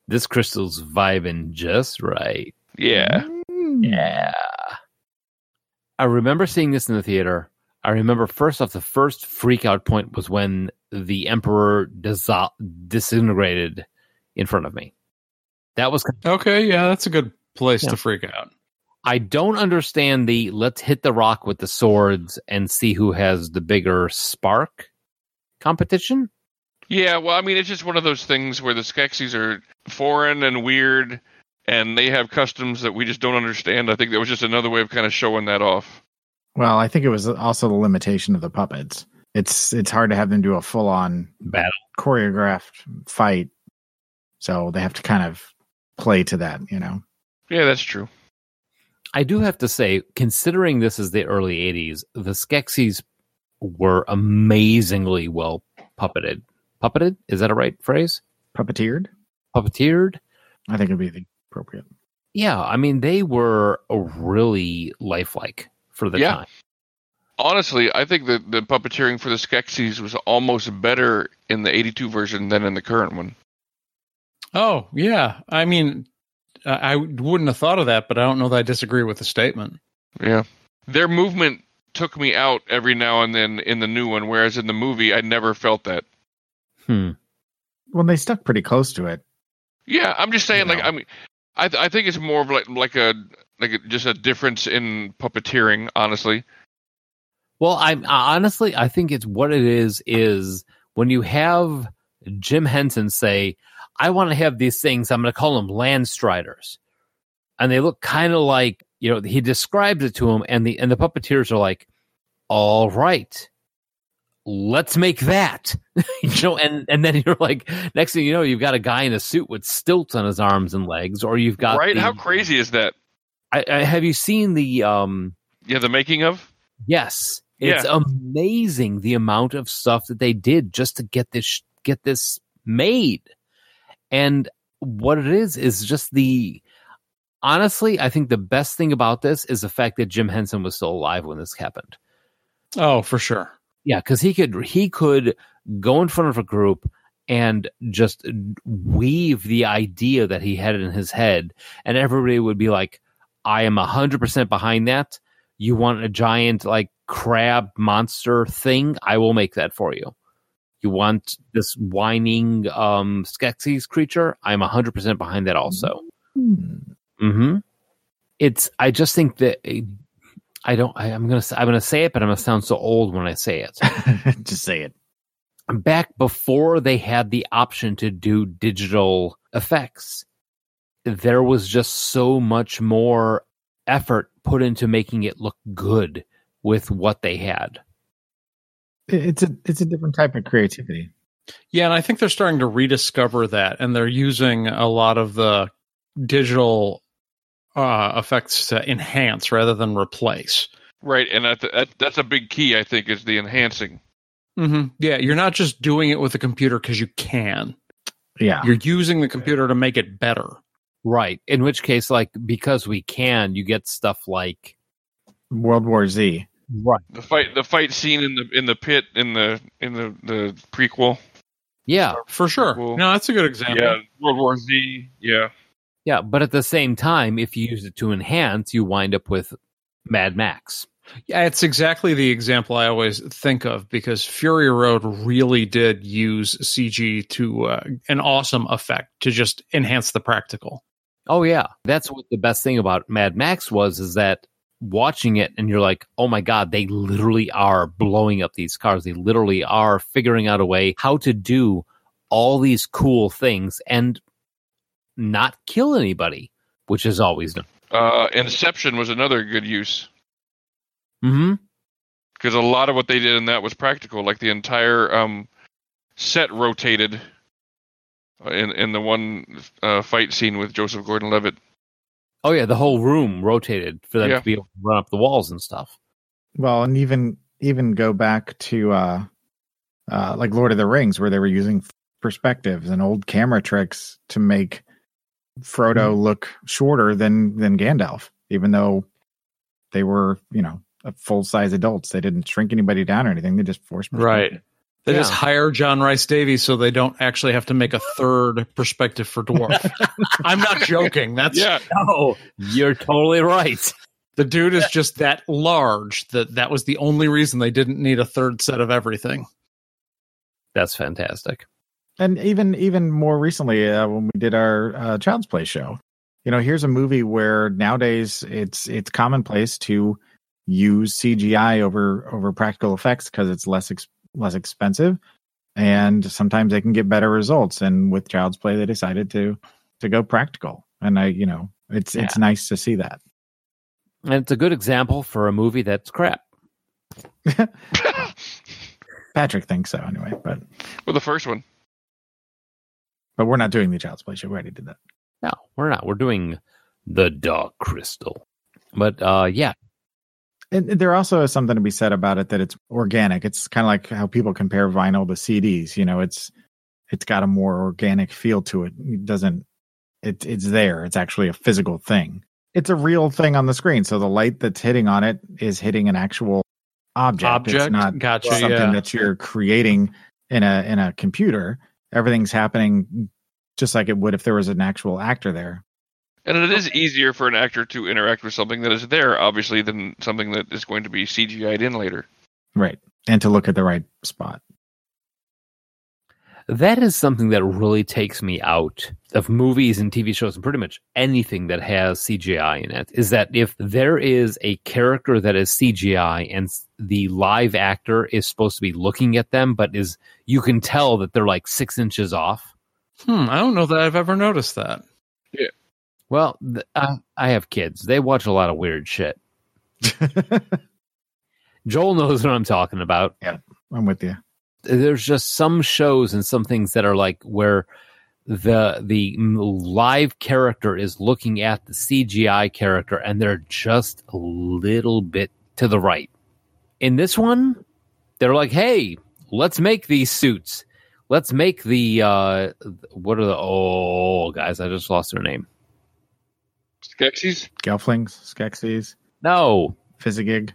Speaker 4: this crystal's vibing just right.
Speaker 5: Yeah.
Speaker 6: Hmm. Mm.
Speaker 4: Yeah. I remember seeing this in the theater. I remember first off the first freak out point was when the emperor dissol- disintegrated in front of me. That was
Speaker 7: Okay, yeah, that's a good place
Speaker 4: Yeah.
Speaker 7: to freak out.
Speaker 4: I don't understand the let's hit the rock with the swords and see who has the bigger spark competition.
Speaker 5: Yeah, well, I mean, it's just one of those things where the Skeksis are foreign and weird, and they have customs that we just don't understand. I think that was just another way of kind of showing that off.
Speaker 6: Well, I think it was also the limitation of the puppets. It's it's hard to have them do a full on
Speaker 4: Battle.
Speaker 6: choreographed fight, so they have to kind of play to that, you know.
Speaker 5: Yeah, that's true.
Speaker 4: I do have to say, considering this is the early 80s, the Skeksis were amazingly well puppeted. Puppeted? Is that a right phrase?
Speaker 6: Puppeteered,
Speaker 4: Puppeteered?
Speaker 6: I think would be the appropriate.
Speaker 4: Yeah. I mean, they were really lifelike for the
Speaker 5: Yeah.
Speaker 4: time.
Speaker 5: Honestly, I think that the puppeteering for the Skeksis was almost better in the 82 version than in the current one.
Speaker 7: Oh, yeah. I mean, I I wouldn't have thought of that, but I don't know that I disagree with the statement.
Speaker 5: Yeah. Their movement took me out every now and then in the new one, whereas in the movie, I never felt that.
Speaker 4: Hmm.
Speaker 6: Well, they stuck pretty close to it.
Speaker 5: Yeah, I'm just saying,
Speaker 6: You
Speaker 5: like,
Speaker 6: know.
Speaker 5: I mean, I th- I think it's more of like like a like a, just a difference in puppeteering, honestly.
Speaker 4: Well, I'm honestly, I think it's what it is is when you have Jim Henson say, "I want to have these things. I'm going to call them landstriders," and they look kind of like you know he describes it to him, and the and the puppeteers are like, "All right." Let's make that, *laughs* you know, and and then you're like, next thing you know, you've got a guy in a suit with stilts on his arms and legs, or you've got
Speaker 5: right?
Speaker 4: the-
Speaker 5: How crazy is that?
Speaker 4: I, I, have you seen the um
Speaker 5: Yeah, the making of.
Speaker 4: Yes, it's amazing the amount of stuff that they did just to get this sh- get this made. And what it is is just the honestly, I think the best thing about this is the fact that Jim Henson was still alive when this happened.
Speaker 7: Oh, for sure.
Speaker 4: Yeah, because he could he could go in front of a group and just weave the idea that he had in his head, and everybody would be like, "I am hundred percent behind that. You want a giant like crab monster thing? I will make that for you. You want this whining um Skeksis creature? I'm hundred percent behind that also." Hmm. It's. I just think that. eh, I don't. I, I'm gonna. s- I'm gonna say it, but I'm gonna sound so old when I say it
Speaker 6: *laughs* Just say it.
Speaker 4: back before they had the option to do digital effects, there was just so much more effort put into making it look good with what they had.
Speaker 6: It- It's a it's a different type of creativity.
Speaker 7: Yeah, and I think they're starting to rediscover that, and they're using a lot of the digital uh, effects to enhance rather than replace.
Speaker 5: Right, and I th- that, that's a big key. I think is the enhancing.
Speaker 7: Mm-hmm. Yeah, you're not just doing it with a computer because you can.
Speaker 6: Yeah,
Speaker 7: You're using the computer to make it better.
Speaker 4: Right. In which case, like, because we can, you get stuff like.
Speaker 6: World War Z.
Speaker 4: Right.
Speaker 5: The fight, the fight scene in the in the pit in the in the the prequel.
Speaker 4: Yeah.
Speaker 7: For sure.
Speaker 5: Cool.
Speaker 7: No, that's a good example.
Speaker 5: Yeah, World War Z. Yeah,
Speaker 4: Yeah. But at the same time, if you use it to enhance, you wind up with Mad Max.
Speaker 7: Yeah, it's exactly the example I always think of because Fury Road really did use CG to uh, an awesome effect to just enhance the practical.
Speaker 4: Oh yeah, that's what the best thing about Mad Max was is that watching it and you're like, "Oh my god, they literally are blowing up these cars. They literally are figuring out a way how to do all these cool things and not kill anybody, which is always nice."
Speaker 5: uh, Inception was another good use
Speaker 4: Mhm.
Speaker 5: because a lot of what they did in that was practical. Like the entire um, set rotated uh, in in the one uh, fight scene with Joseph Gordon-Levitt.
Speaker 4: Oh yeah, the whole room rotated for them
Speaker 5: Yeah.
Speaker 4: to be able to run up the walls and stuff.
Speaker 6: Well, and even even go back to uh, uh, like Lord of the Rings, where they were using perspectives and old camera tricks to make Frodo look shorter than than Gandalf, even though they were, you know, full size adults. They didn't shrink anybody down or anything. They just forced
Speaker 7: Right.
Speaker 6: perspective.
Speaker 7: They
Speaker 4: Yeah.
Speaker 7: just hire John Rice Davies so they don't actually have to make a third perspective for dwarf. I'm not joking. That's
Speaker 5: Yeah, *laughs*
Speaker 4: No, you're totally right.
Speaker 7: the dude is just that large that that was the only reason they didn't need a third set of everything.
Speaker 4: That's fantastic.
Speaker 6: And even even more recently, uh, when we did our uh, Child's Play show, you know, here's a movie where nowadays it's it's commonplace to use CGI over over practical effects because it's less ex- less expensive, and sometimes they can get better results. And with Child's Play, they decided to to go practical, and I, you know, it's it's nice to see that.
Speaker 4: And it's a good example for a movie that's crap.
Speaker 6: Patrick thinks so anyway, but
Speaker 5: well, the first one.
Speaker 6: but we're not doing the Child's Play show. We already did that.
Speaker 4: No, we're not. We're doing the Dark Crystal. But uh, yeah,
Speaker 6: And there also is something to be said about it that it's organic. It's kind of like how people compare vinyl to CDs. You know, it's it's got a more organic feel to it. It doesn't. It it's there. It's actually a physical thing. It's a real thing on the screen. So the light that's hitting on it is hitting an actual object. It's
Speaker 7: Object,
Speaker 6: not
Speaker 7: gotcha.
Speaker 6: something
Speaker 7: yeah.
Speaker 6: that you're creating in a in a computer. Everything's happening just like it would if there was an actual actor there.
Speaker 5: And it is easier for an actor to interact with something that is there, obviously, than something that is going to be CGI'd in later.
Speaker 6: Right. And to look at the right
Speaker 7: *laughs*
Speaker 6: spot.
Speaker 4: that is something that really takes me out of movies and TV shows and pretty much anything that has CGI in it. Is that if there is a character that is CGI and s- the live actor is supposed to be looking at them, but is you can tell that they're like six inches off.
Speaker 7: Hmm, I don't know that I've ever
Speaker 6: *laughs*
Speaker 7: noticed that.
Speaker 4: Well, th- uh, I have kids. They watch a lot of weird shit. Joel knows what I'm talking about.
Speaker 6: I'm with you.
Speaker 4: there's just some shows and some things that are like where the the live character is looking at the CGI character and they're just a little bit to the right. In this one, they're like, "Hey, let's make these suits. Let's make the uh what are the oh guys, I just lost their name.
Speaker 5: Skeksis?
Speaker 6: Gelflings, Skeksis,
Speaker 4: No.
Speaker 6: Physgig.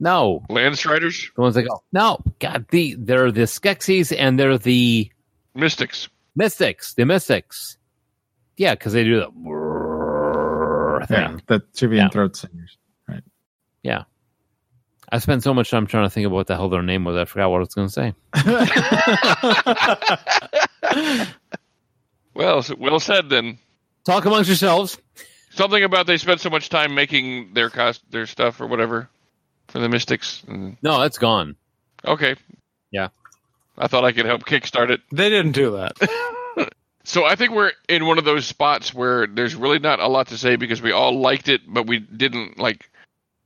Speaker 4: No.
Speaker 5: Landstriders?
Speaker 4: The ones that go, "No, god, the they're the Skeksis and they're the
Speaker 5: Mystics.
Speaker 4: Mystics, the Mystics. Yeah, because they do the thing.
Speaker 6: Yeah, the Chivian
Speaker 4: Yeah.
Speaker 6: throat singers.
Speaker 4: I spent so much time trying to think about what the hell their name was. I forgot what I was going to say.
Speaker 5: Well, s- well said then.
Speaker 4: Talk amongst yourselves.
Speaker 5: Something about they spent so much time making their cost, their stuff or whatever for the Mystics. Mm,
Speaker 4: No, it's gone.
Speaker 5: Okay.
Speaker 4: Yeah.
Speaker 5: I thought I could help kickstart it.
Speaker 7: They didn't do that.
Speaker 5: *laughs* So I think we're in one of those spots where there's really not a lot to say because we all liked it, but we didn't like.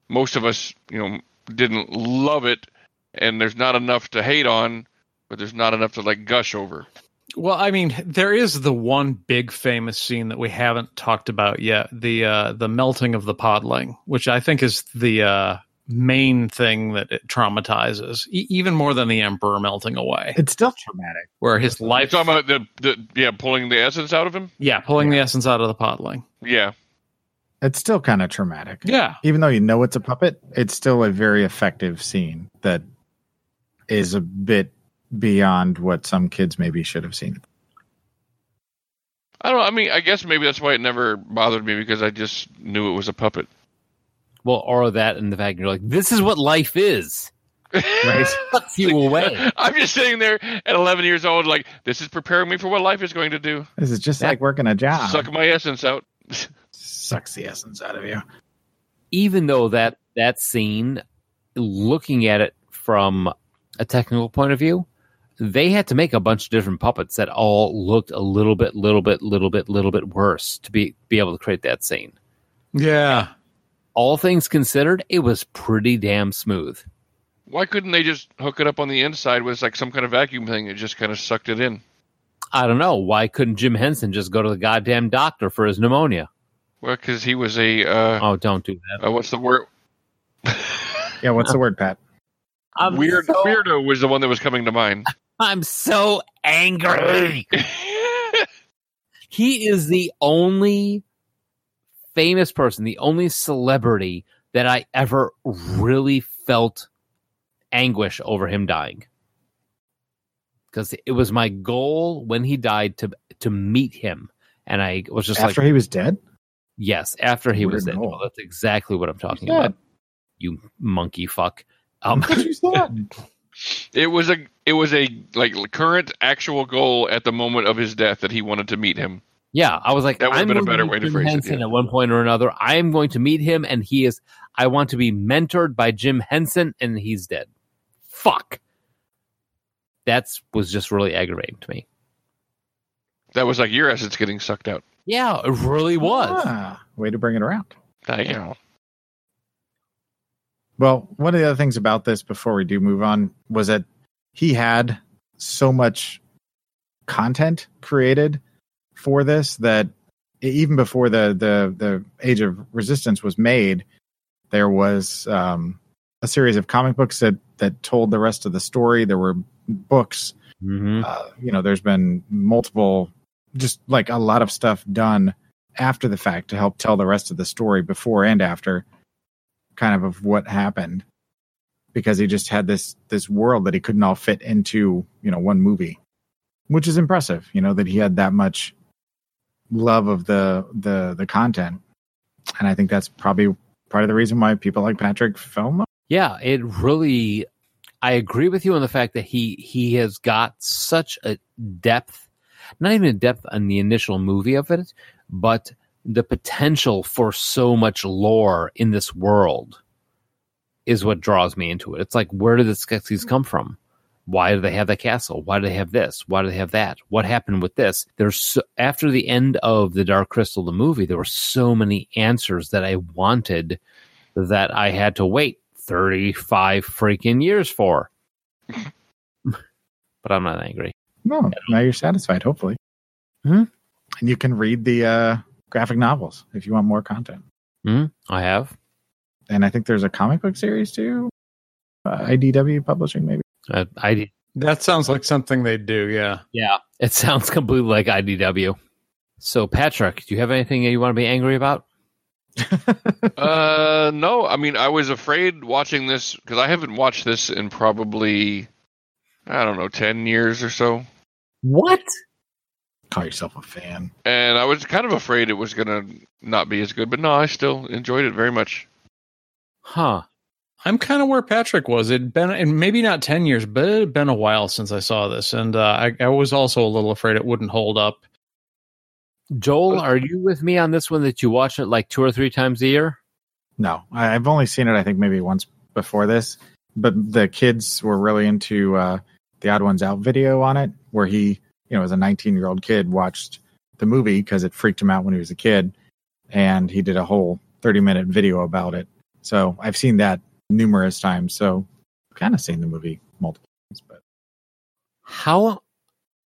Speaker 5: Most of us, you know, didn't love it, and there's not enough to hate on, but there's not enough to like gush over.
Speaker 7: Well, I mean, there is the one big famous scene that we haven't talked about yet the uh, the melting of the podling, which I think is the uh, main thing that it traumatizes, e- even more than the emperor melting away,
Speaker 6: It's still traumatic.
Speaker 7: where his
Speaker 5: You
Speaker 7: life,
Speaker 5: talking about the, the yeah pulling the essence out of him?
Speaker 7: yeah, pulling the essence out of the podling,
Speaker 5: Yeah,
Speaker 6: It's still kind of traumatic.
Speaker 7: yeah,
Speaker 6: Even though you know it's a puppet, it's still a very effective scene that is a bit beyond what some kids maybe should have
Speaker 4: *laughs*
Speaker 6: seen.
Speaker 5: I don't. know. I mean, I guess maybe that's why it never bothered me because I just knew it was a puppet.
Speaker 4: Well, or that and the fact you're like, this is what life is.
Speaker 5: *laughs*
Speaker 6: Right?
Speaker 4: Sucks you away.
Speaker 5: I'm just sitting there at 11 years old, like this is preparing me for what life is going to do.
Speaker 6: this is just like working a
Speaker 4: Ah.
Speaker 6: job.
Speaker 5: Suck my essence out.
Speaker 6: Sucks the essence out of you.
Speaker 4: Even though that that scene, looking at it from a technical point of view, they had to make a bunch of different puppets that all looked a little bit, little bit, little bit, little bit worse to be be able to create that scene.
Speaker 7: yeah.
Speaker 4: all things considered, it was pretty damn smooth.
Speaker 5: Why couldn't they just hook it up on the inside with like some kind of vacuum thing that just kind of sucked it in?
Speaker 4: I don't know why couldn't Jim Henson just go to the goddamn doctor for his pneumonia.
Speaker 5: Well, because he was a uh,
Speaker 4: Oh, don't do that.
Speaker 5: uh, what's the word?
Speaker 6: Yeah, what's the word, Pat?
Speaker 4: I'm
Speaker 5: Weird
Speaker 4: so,
Speaker 5: um, *laughs* weirdo was the one that was coming to mind.
Speaker 4: I'm so angry. he is the only famous person, the only celebrity that I ever really felt anguish over him dying. Because it was my goal when he died to to meet him, and I was just
Speaker 6: After
Speaker 4: like,
Speaker 6: he
Speaker 4: *laughs*
Speaker 6: was dead?
Speaker 4: "Yes, after he was
Speaker 6: Weird
Speaker 4: dead."
Speaker 6: goal.
Speaker 4: Well, that's exactly what I'm talking
Speaker 6: Yeah.
Speaker 4: about. You monkey fuck.
Speaker 6: *laughs*
Speaker 4: Um,
Speaker 6: What you thought?
Speaker 5: It was a it was a like current actual goal at the moment of his death that he wanted to meet him.
Speaker 4: Yeah, I was like,
Speaker 5: That would've
Speaker 4: I'm
Speaker 5: been a
Speaker 4: going
Speaker 5: better
Speaker 4: meet
Speaker 5: way to
Speaker 4: Jim
Speaker 5: phrase it,
Speaker 4: Henson
Speaker 5: yeah.
Speaker 4: At one point or another, I am going to meet him, and he is. I want to be mentored by Jim Henson, and he's dead. Fuck. That's was just really aggravating to me.
Speaker 5: That was like your essence getting sucked out.
Speaker 4: Yeah, it really was.
Speaker 6: Ah, way to bring it around.
Speaker 5: Like, you know,
Speaker 6: Well, one of the other things about this before we do move on was that he had so much content created for this that e, even before the the the Age of Resistance was made, there was um, a series of comic books that that told the rest of the story. There were books
Speaker 4: Mhm.
Speaker 6: uh, you know, there's been multiple, just like a lot of stuff done after the fact to help tell the rest of the story before and after, kind of of what happened, because he just had this this world that he couldn't all fit into, you know, one movie, which is impressive, you know, that he had that much love of the the the content, and I think that's probably part of the reason why people like Patrick film.
Speaker 4: Yeah, it really. I agree with you on the fact that he he has got such a depth, not even a depth on the initial movie of it, but the potential for so much lore in this world is what draws me into it. It's like, where did the Skeksis come from? Why do they have that castle? Why do they have this? Why do they have that? What happened with this? There's so, after the end of the Dark Crystal, the movie, there were so many answers that I wanted that I had to wait 35 freaking years for. but I'm not angry.
Speaker 6: No, now you're satisfied, hopefully.
Speaker 4: Hmm?
Speaker 6: And you can read the uh, graphic novels if you want more content.
Speaker 4: I have.
Speaker 6: And I think there's a comic book series too. Uh, IDW publishing, maybe.
Speaker 4: Uh, I
Speaker 7: That sounds like something they'd do. Yeah.
Speaker 4: yeah, it sounds completely like IDW. So Patrick, do you have anything that you want to be angry about?
Speaker 5: *laughs* uh, no, I mean I was afraid watching this because I haven't watched this in probably I don't know ten years or so,
Speaker 4: What?
Speaker 6: Call yourself a fan.
Speaker 5: and I was kind of afraid it was gonna not be as good, but no, I still enjoyed it very much.
Speaker 4: Huh.
Speaker 7: I'm kind of where Patrick was. It'd been, and maybe not 10 years, but it had been a while since I saw this. And uh, I, I was also a little afraid it wouldn't hold up.
Speaker 4: Joel, are you with me on this one that you watch it like two or three times a year?
Speaker 6: No, I, I've only seen it, I think, maybe once before this. But the kids were really into uh, the Odd Ones Out video on it, where he, you know, as a 19 year old kid, watched the movie because it freaked him out when he was a kid. And he did a whole 30 minute video about it. So I've seen that numerous times. So I've kind of seen the movie multiple times. But
Speaker 4: How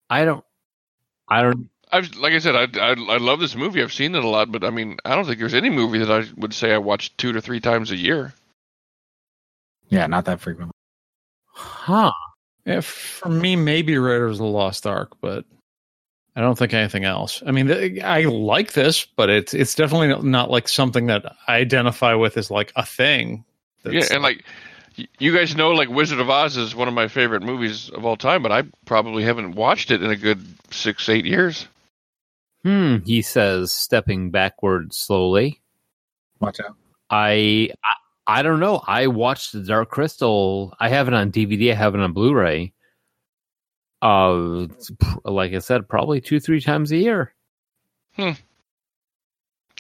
Speaker 4: I don't I don't
Speaker 5: I've like I said, I, I I love this movie. I've seen it a lot, but I mean I don't think there's any movie that I would say I watch two to three times a year.
Speaker 6: yeah, not that frequently.
Speaker 4: huh.
Speaker 7: Yeah, Eh, for me, maybe Raiders of the Lost Ark, but I don't think anything else. I mean, th- I like this, but it's it's definitely not- not like something that I identify with as like a thing.
Speaker 5: yeah, and like y- you guys know, like Wizard of Oz is one of my favorite movies of all time, but I probably haven't watched it in a good six eight years.
Speaker 4: Hmm, he says stepping backward slowly.
Speaker 6: Watch out.
Speaker 4: I, I I don't know. I watched the Dark Crystal. I have it on DVD. I have it on Blu-ray. Uh, it's pr- like I said, probably two three times a year.
Speaker 5: I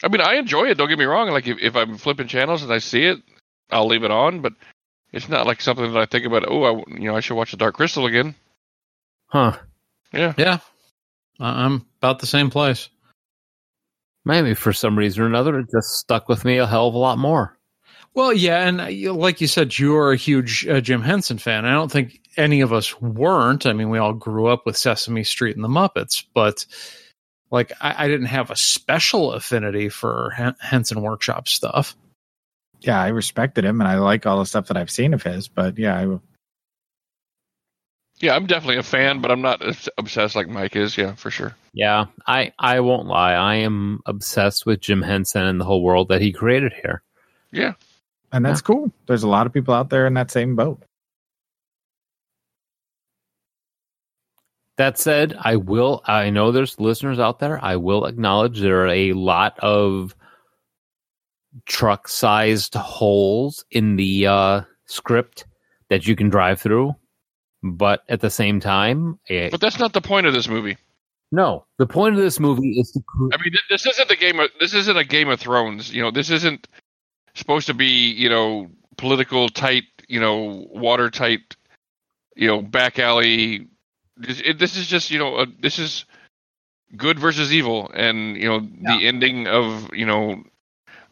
Speaker 5: mean, I enjoy it. Don't get me wrong. Like if, if I'm flipping channels and I see it, I'll leave it on. But it's not like something that I think about. Oh, I w- you know I should watch The Dark Crystal again.
Speaker 4: Huh?
Speaker 5: Yeah,
Speaker 7: yeah, I- I'm about the same place.
Speaker 4: Maybe for some reason or another, it just stuck with me a hell of a lot more.
Speaker 7: Well, yeah, and uh, you- like you said, you're a huge uh, Jim Henson fan. I don't think any of us weren't. I mean, we all grew up with Sesame Street and the Muppets, but like I, I didn't have a special affinity for Hen- Henson Workshop stuff.
Speaker 6: Yeah, I respected him and I like all the stuff that I've seen of his. But yeah, I,
Speaker 5: Yeah, I'm definitely a fan, but I'm not obs- obsessed like Mike is. Yeah, for sure.
Speaker 4: Yeah, I I won't lie. I am obsessed with Jim Henson and the whole world that he created here.
Speaker 5: Yeah.
Speaker 6: And that's cool. There's a lot of people out there in that same boat.
Speaker 4: That said, I will. I know there's listeners out there. I will acknowledge there are a lot of truck-sized holes in the uh, script that you can drive through, but at the same time, eh,
Speaker 5: But that's not the point of this movie.
Speaker 4: no. The point of this movie is to. cr-
Speaker 5: I mean, th- this isn't the game. Of, this isn't a Game of Thrones. You know, this isn't supposed to be you know political tight. You know, watertight. You know, back alley. This, it, this is just you know a, this is good versus evil, and you know the ending of you know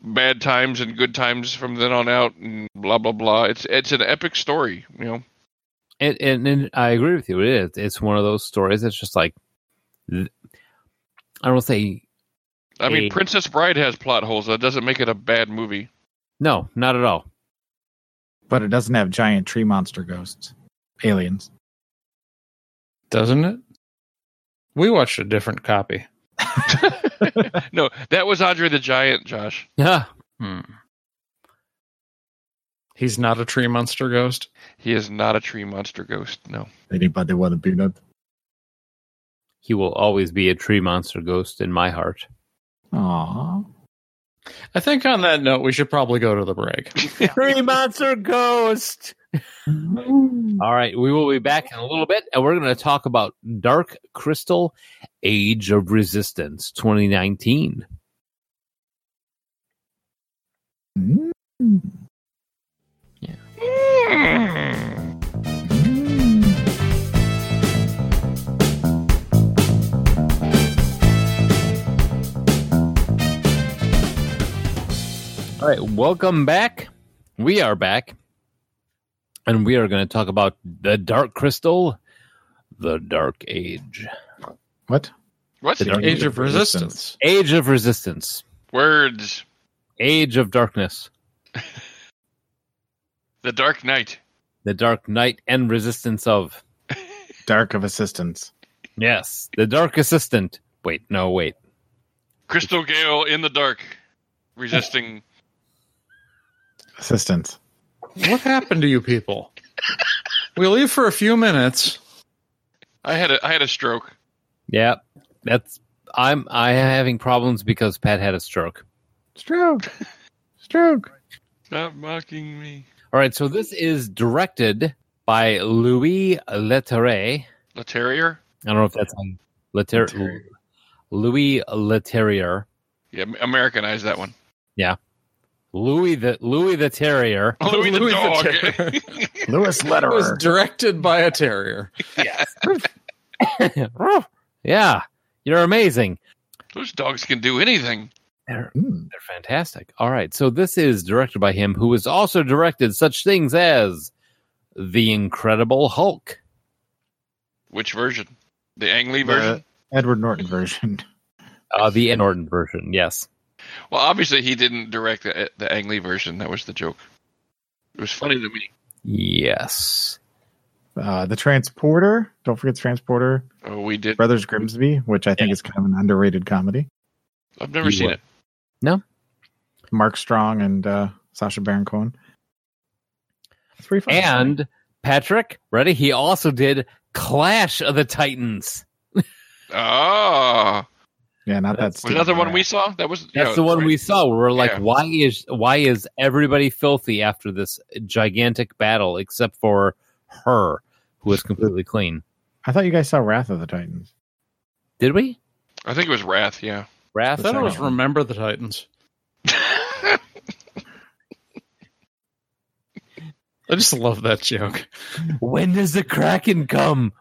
Speaker 5: bad times and good times from then on out, and blah blah blah. It's it's an epic story. You know,
Speaker 4: and, and and I agree with you. It is. It's one of those stories. that's just like, th- I don't say
Speaker 5: I mean,
Speaker 4: Hey.
Speaker 5: Princess Bride has plot holes. That doesn't make it a bad movie. *laughs*
Speaker 4: no, not at all. *laughs*
Speaker 6: But it doesn't have giant tree monster ghosts. Aliens.
Speaker 7: doesn't it? We watched a different copy.
Speaker 5: No, that was Andre the Giant, Josh.
Speaker 4: Yeah,
Speaker 7: He's not a tree monster ghost.
Speaker 5: He is not a tree monster ghost. No.
Speaker 6: Anybody want a peanut?
Speaker 4: he will always be a tree monster ghost in my heart.
Speaker 6: Aww.
Speaker 7: I think on that note, we should probably go to the break.
Speaker 4: Tree monster ghost. All right, we will be back in a little bit, and we're going to talk about Dark Crystal: Age of Resistance 2019. All right, welcome back. We are back, and we are going to talk about the Dark Crystal, the Dark Age,
Speaker 6: What?
Speaker 5: What's
Speaker 4: The
Speaker 5: the
Speaker 4: dark-
Speaker 7: Age of Resistance.
Speaker 4: Age of Resistance,
Speaker 5: words?
Speaker 4: Age of Darkness,
Speaker 5: The Dark Knight.
Speaker 4: the Dark Knight and Resistance of.
Speaker 6: Dark of Assistance.
Speaker 4: Yes, the Dark Assistant. Wait, no, wait.
Speaker 5: Crystal Gale in the dark, resisting.
Speaker 6: Assistance.
Speaker 7: What happened to you people? We leave for a few minutes.
Speaker 5: I had a I had a stroke.
Speaker 4: Yeah, that's. I'm I am having problems because Pat had a stroke.
Speaker 6: Stroke. Stroke.
Speaker 5: Stop mocking me.
Speaker 4: All right, so this is directed by Louis Leterrier.
Speaker 5: The Terrier.
Speaker 4: I don't know if that's on Leter-
Speaker 6: Leterrier.
Speaker 4: Louis Leterrier.
Speaker 5: Yeah, Americanize that one.
Speaker 4: Louis the Louis the Terrier.
Speaker 5: *laughs* Louis, the
Speaker 7: Louis the
Speaker 5: dog.
Speaker 7: Terrier.
Speaker 6: Lewis
Speaker 7: It was
Speaker 6: Letterer.
Speaker 7: directed by a terrier.
Speaker 4: *laughs* yeah, you're amazing.
Speaker 5: *laughs* Those dogs can do anything.
Speaker 4: They're,
Speaker 6: Hmm.
Speaker 4: they're fantastic. All right, so this is directed by him, who has also directed such things as The Incredible Hulk.
Speaker 5: Which version? The Ang Lee
Speaker 6: The
Speaker 5: version.
Speaker 6: Uh, Edward Norton version. *laughs*
Speaker 4: Uh, the Norton version, yes.
Speaker 5: well, obviously he didn't direct the, the Ang Lee version. That was the joke. It was funny to me.
Speaker 4: Yes.
Speaker 6: Uh, the Transporter. Don't forget Transporter.
Speaker 5: Oh, we did.
Speaker 6: Brothers Grimsby, which I think
Speaker 4: Yeah.
Speaker 6: is kind of an underrated comedy.
Speaker 5: I've never
Speaker 4: You
Speaker 5: seen
Speaker 4: were.
Speaker 5: it.
Speaker 6: Mark Strong and uh, Sasha Baron Cohen. It's pretty fun.
Speaker 4: And Patrick, ready? He also did Clash of the Titans.
Speaker 5: Oh,
Speaker 6: yeah, not that.
Speaker 5: was
Speaker 6: stupid.
Speaker 5: that the one we saw? That was
Speaker 4: That's
Speaker 5: yeah,
Speaker 4: the one
Speaker 5: right.
Speaker 4: we saw where we're like,
Speaker 5: Yeah.
Speaker 4: why is why is everybody filthy after this gigantic battle except for her, who is completely clean?
Speaker 6: I thought you guys saw Wrath of the Titans.
Speaker 4: Did we?
Speaker 5: I think it was Wrath. Yeah.
Speaker 7: I
Speaker 4: Wrath?
Speaker 7: thought it was
Speaker 6: second one.
Speaker 7: Remember the Titans. I just love that joke.
Speaker 4: When does the Kraken come?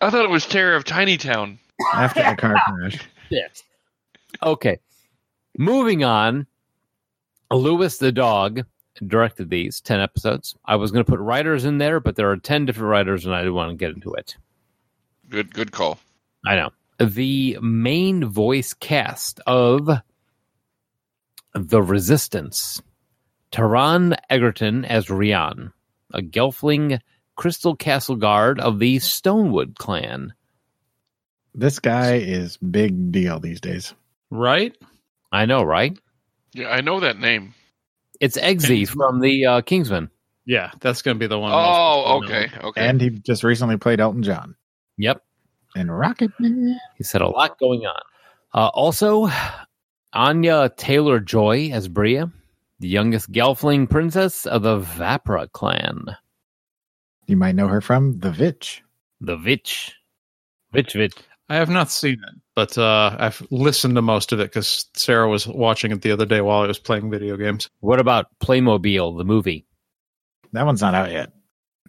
Speaker 5: I thought it was Terror of Tiny Town.
Speaker 6: After the
Speaker 5: *laughs*
Speaker 6: car crash,
Speaker 4: Shit. Okay. Moving on. Lewis the dog directed these 10 episodes. I was going to put writers in there, but there are 10 different writers and I didn't want to get into it.
Speaker 5: Good, good call.
Speaker 4: I know. The main voice cast of The Resistance. Taron Egerton as Rian, a Gelfling Crystal Castle Guard of the Stonewood clan.
Speaker 6: This guy is big deal these days.
Speaker 7: right?
Speaker 4: I know, right?
Speaker 5: Yeah, I know that name.
Speaker 4: It's Eggsy from the uh, Kingsman.
Speaker 7: Yeah, that's going to be the one.
Speaker 5: Oh, okay, okay.
Speaker 6: And he just recently played Elton John
Speaker 4: Yep.
Speaker 6: in Rocket Man.
Speaker 4: He said a lot going on. Uh, also, Anya Taylor Joy as Bria, the youngest Gelfling princess of the Vapra clan.
Speaker 6: You might know her from The Vitch.
Speaker 4: The Vitch. Vitch Vitch.
Speaker 7: I have not seen it, but uh, I've listened to most of it because Sarah was watching it the other day while I was playing video games.
Speaker 4: What about Playmobil, the movie?
Speaker 6: That one's not out yet,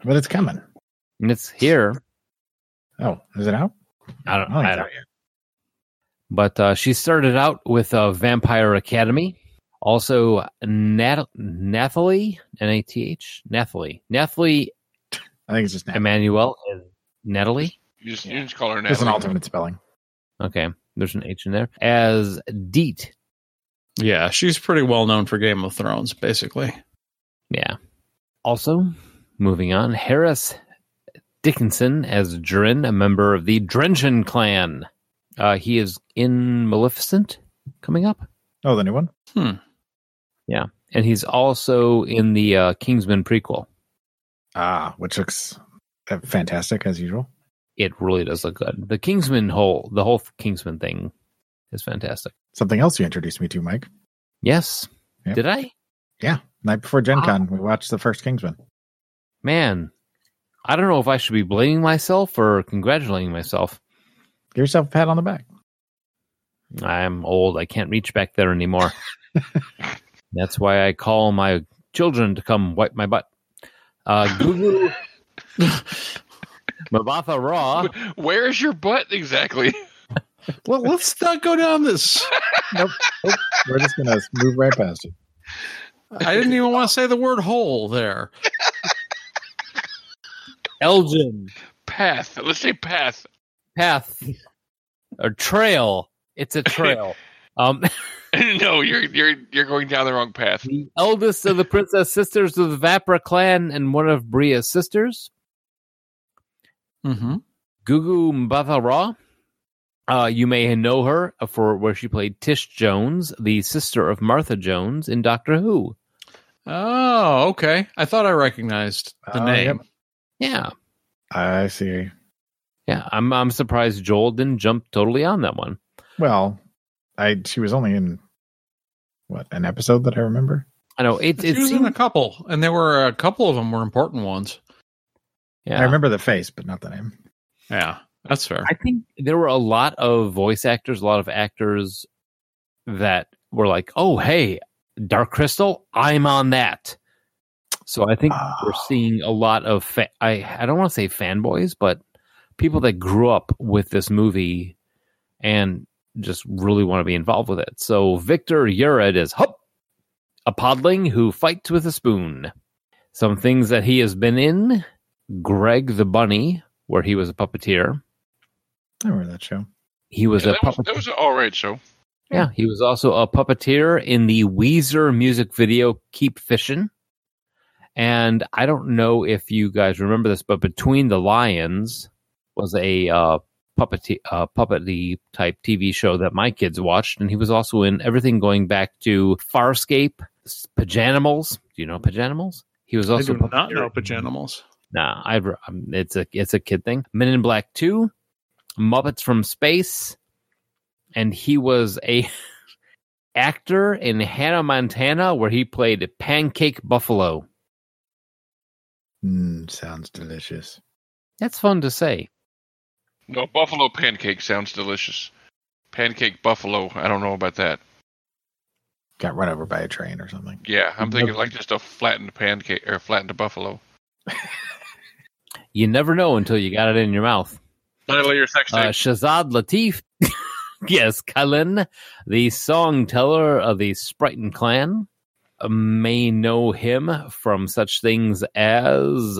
Speaker 6: but it's coming.
Speaker 4: And it's here.
Speaker 6: Oh, is it out?
Speaker 4: I don't,
Speaker 6: think
Speaker 4: I
Speaker 6: it's
Speaker 4: don't
Speaker 6: out yet.
Speaker 4: But uh, she started out with uh, Vampire Academy. Also, Nat- Nathalie, N A T H, Nathalie. Nathalie
Speaker 6: I think it's just now.
Speaker 4: Emmanuel is Natalie.
Speaker 5: you, just, you just call her
Speaker 6: It's an
Speaker 5: Natalie.
Speaker 6: alternate spelling.
Speaker 4: Okay, there's an H in there. As Deet.
Speaker 7: Yeah, she's pretty well known for Game of Thrones, basically.
Speaker 4: Yeah. Also, moving on, Harris Dickinson as Dren, a member of the Drenchen clan. Uh, he is in Maleficent coming up.
Speaker 6: Oh, the new one?
Speaker 4: and he's also in the uh, Kingsman prequel.
Speaker 6: Ah, which looks uh, fantastic as usual.
Speaker 4: It really does look good. The Kingsman whole, the whole Kingsman thing, is fantastic.
Speaker 6: Something else you introduced me to, Mike.
Speaker 4: Yes,
Speaker 6: Yep.
Speaker 4: did I?
Speaker 6: Night before Gen
Speaker 4: Ah.
Speaker 6: Con, we watched the first Kingsman.
Speaker 4: Man, I don't know if I should be blaming myself or congratulating myself.
Speaker 6: Give yourself a pat on the back.
Speaker 4: I'm old. I can't reach back there anymore. That's why I call my children to come wipe my butt. Uh, Gugu Mabatha Raw.
Speaker 5: Where is your butt exactly? *laughs*
Speaker 7: Well, let's not go down this.
Speaker 6: We're just going to move right past it.
Speaker 7: I didn't even want to say the word hole
Speaker 5: *laughs*
Speaker 7: there.
Speaker 4: Elgin.
Speaker 5: Path. Let's say path. *laughs*
Speaker 4: path or trail. It's a trail. um,
Speaker 5: no, you're you're you're going down the wrong path.
Speaker 4: the eldest of the princess sisters of the Vapra clan and one of Bria's sisters,
Speaker 7: Mm-hmm.
Speaker 4: Gugu Mbatha Raw. Uh, you may know her for where she played Tish Jones, the sister of Martha Jones in Doctor Who.
Speaker 7: Oh, okay. I thought I recognized the
Speaker 6: Oh,
Speaker 7: name.
Speaker 6: yep.
Speaker 4: Yeah,
Speaker 6: I see.
Speaker 4: yeah. I'm I'm surprised Joel didn't jump totally on that one.
Speaker 6: Well, I she was only in what an episode that I remember.
Speaker 4: I know it.
Speaker 7: She
Speaker 4: It
Speaker 7: was in a
Speaker 4: seems,
Speaker 7: couple, and there were a couple of them were important ones.
Speaker 4: yeah.
Speaker 6: I remember the face, but not the name.
Speaker 7: Yeah, that's fair.
Speaker 4: I think there were a lot of voice actors, a lot of actors that were like, "Oh, hey, Dark Crystal, I'm on that." So I think we're
Speaker 6: Oh.
Speaker 4: seeing a lot of fa- I I don't want to say fanboys, but people that grew up with this movie and just really want to be involved with it. So Victor Urid is hop a podling who fights with a spoon. Some things that he has been in: Greg the Bunny, where he was a puppeteer.
Speaker 6: I remember that show.
Speaker 4: He was
Speaker 5: Yeah,
Speaker 4: a
Speaker 5: that, was,
Speaker 4: puppet-
Speaker 5: that was an all right show.
Speaker 4: yeah. He was also a puppeteer in the Weezer music video "Keep Fishin'." And I don't know if you guys remember this, but between the lions was a uh, puppet uh, puppety type TV show that my kids watched, and he was also in everything going back to Farscape, s- Pajanimals. Do you know Pajanimals? He was
Speaker 7: I
Speaker 4: also
Speaker 7: do
Speaker 4: a
Speaker 7: not
Speaker 4: puppeteer.
Speaker 7: know pajanimals.
Speaker 4: Nah, I um, it's a it's a kid thing. Men in Black Two, Muppets from Space, and he was a *laughs* actor in Hannah Montana where he played Pancake Buffalo.
Speaker 6: Mm, sounds delicious.
Speaker 4: That's fun to say.
Speaker 5: No, buffalo pancake sounds delicious. Pancake buffalo. I don't know about that.
Speaker 6: Got run over by a train or something.
Speaker 5: Yeah, I'm thinking like just a flattened pancake or flattened buffalo.
Speaker 4: You never know until you got it in your mouth.
Speaker 5: Title of your sex
Speaker 4: Uh,
Speaker 5: tape.
Speaker 4: Shazad Latif, *laughs* yes, Cullen, the song teller of the Spriten clan, uh, may know him from such things as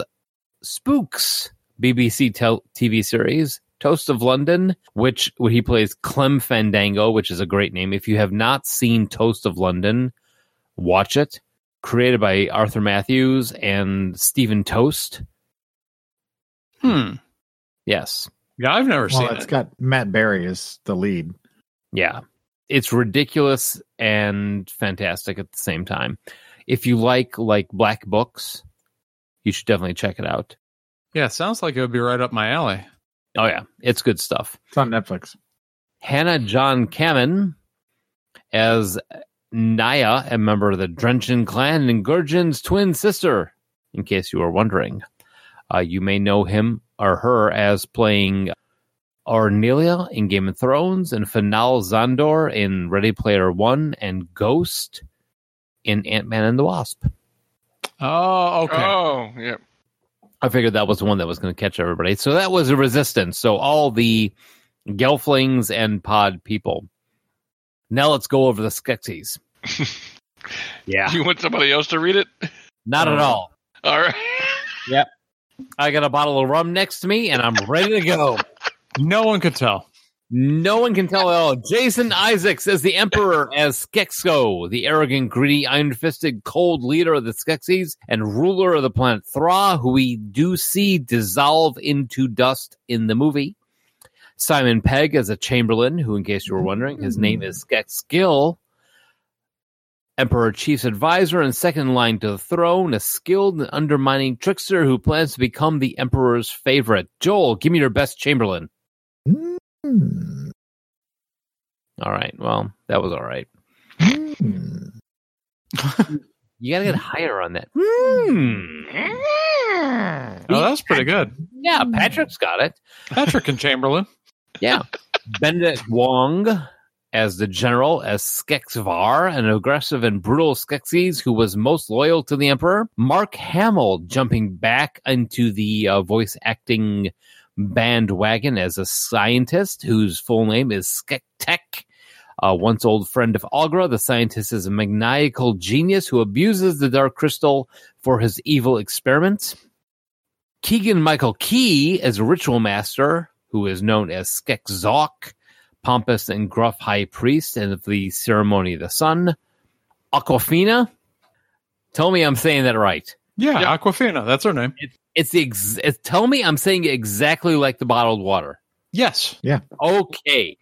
Speaker 4: Spooks, BBC tel- TV series, Toast of London, which where he plays Clem Fandango, which is a great name. If you have not seen Toast of London, watch it. Created by Arthur Matthews and Stephen Toast.
Speaker 7: Hmm.
Speaker 4: Yes.
Speaker 7: Yeah, I've never
Speaker 6: Well,
Speaker 7: seen
Speaker 6: it's
Speaker 7: it.
Speaker 6: got Matt Berry as the lead.
Speaker 4: Yeah. It's ridiculous and fantastic at the same time. If you like like black books, you should definitely check it out.
Speaker 7: Yeah, it sounds like it would be right up my alley.
Speaker 4: Oh yeah, it's good stuff.
Speaker 6: It's on Netflix.
Speaker 4: Hannah John Kamen as Naya, a member of the Drenchen clan and Gurgen's twin sister, in case you were wondering. Uh, you may know him or her as playing Ornelia in Game of Thrones and Final Zandor in Ready Player One and Ghost in Ant Man and the Wasp.
Speaker 7: Oh, okay.
Speaker 5: Oh, yeah.
Speaker 4: I figured that was the one that was going to catch everybody. So that was a resistance. So all the Gelflings and pod people. Now let's go over the Skeksis. yeah.
Speaker 5: You want somebody else to read it?
Speaker 4: Not at all.
Speaker 5: All right.
Speaker 4: I got a bottle of rum next to me and I'm ready to go.
Speaker 7: No one could tell.
Speaker 4: No one can tell at all. Jason Isaacs as the Emperor as Skexo, the arrogant, greedy, iron fisted, cold leader of the Skeksis and ruler of the planet Thra, who we do see dissolve into dust in the movie. Simon Pegg as a Chamberlain, who, in case you were wondering, his name is Skex Gill. Emperor Chief's advisor and second in line to the throne, a skilled and undermining trickster who plans to become the Emperor's favorite. Joel, give me your best Chamberlain.
Speaker 6: Hmm.
Speaker 4: All right. Well, that was all right.
Speaker 6: Hmm.
Speaker 4: You gotta get higher on that. Hmm.
Speaker 7: Oh, that's pretty good.
Speaker 4: Yeah, Patrick's got it.
Speaker 7: Patrick and Chamberlain.
Speaker 4: Yeah. Benedict Wong as the general, as Skexvar, an aggressive and brutal Skeksis who was most loyal to the Emperor. Mark Hamill jumping back into the uh, voice acting bandwagon as a scientist whose full name is Skektek. A once old friend of Agra, the scientist is a maniacal genius who abuses the Dark Crystal for his evil experiments. Keegan Michael Key as a ritual master, who is known as Skekzok, pompous and gruff high priest and of the ceremony of the sun. Aquafina, tell me I'm saying that right.
Speaker 7: Yeah, Aquafina. That's her name.
Speaker 4: It's the ex- it, tell me I'm saying it exactly like the bottled water.
Speaker 7: Yes.
Speaker 4: Okay.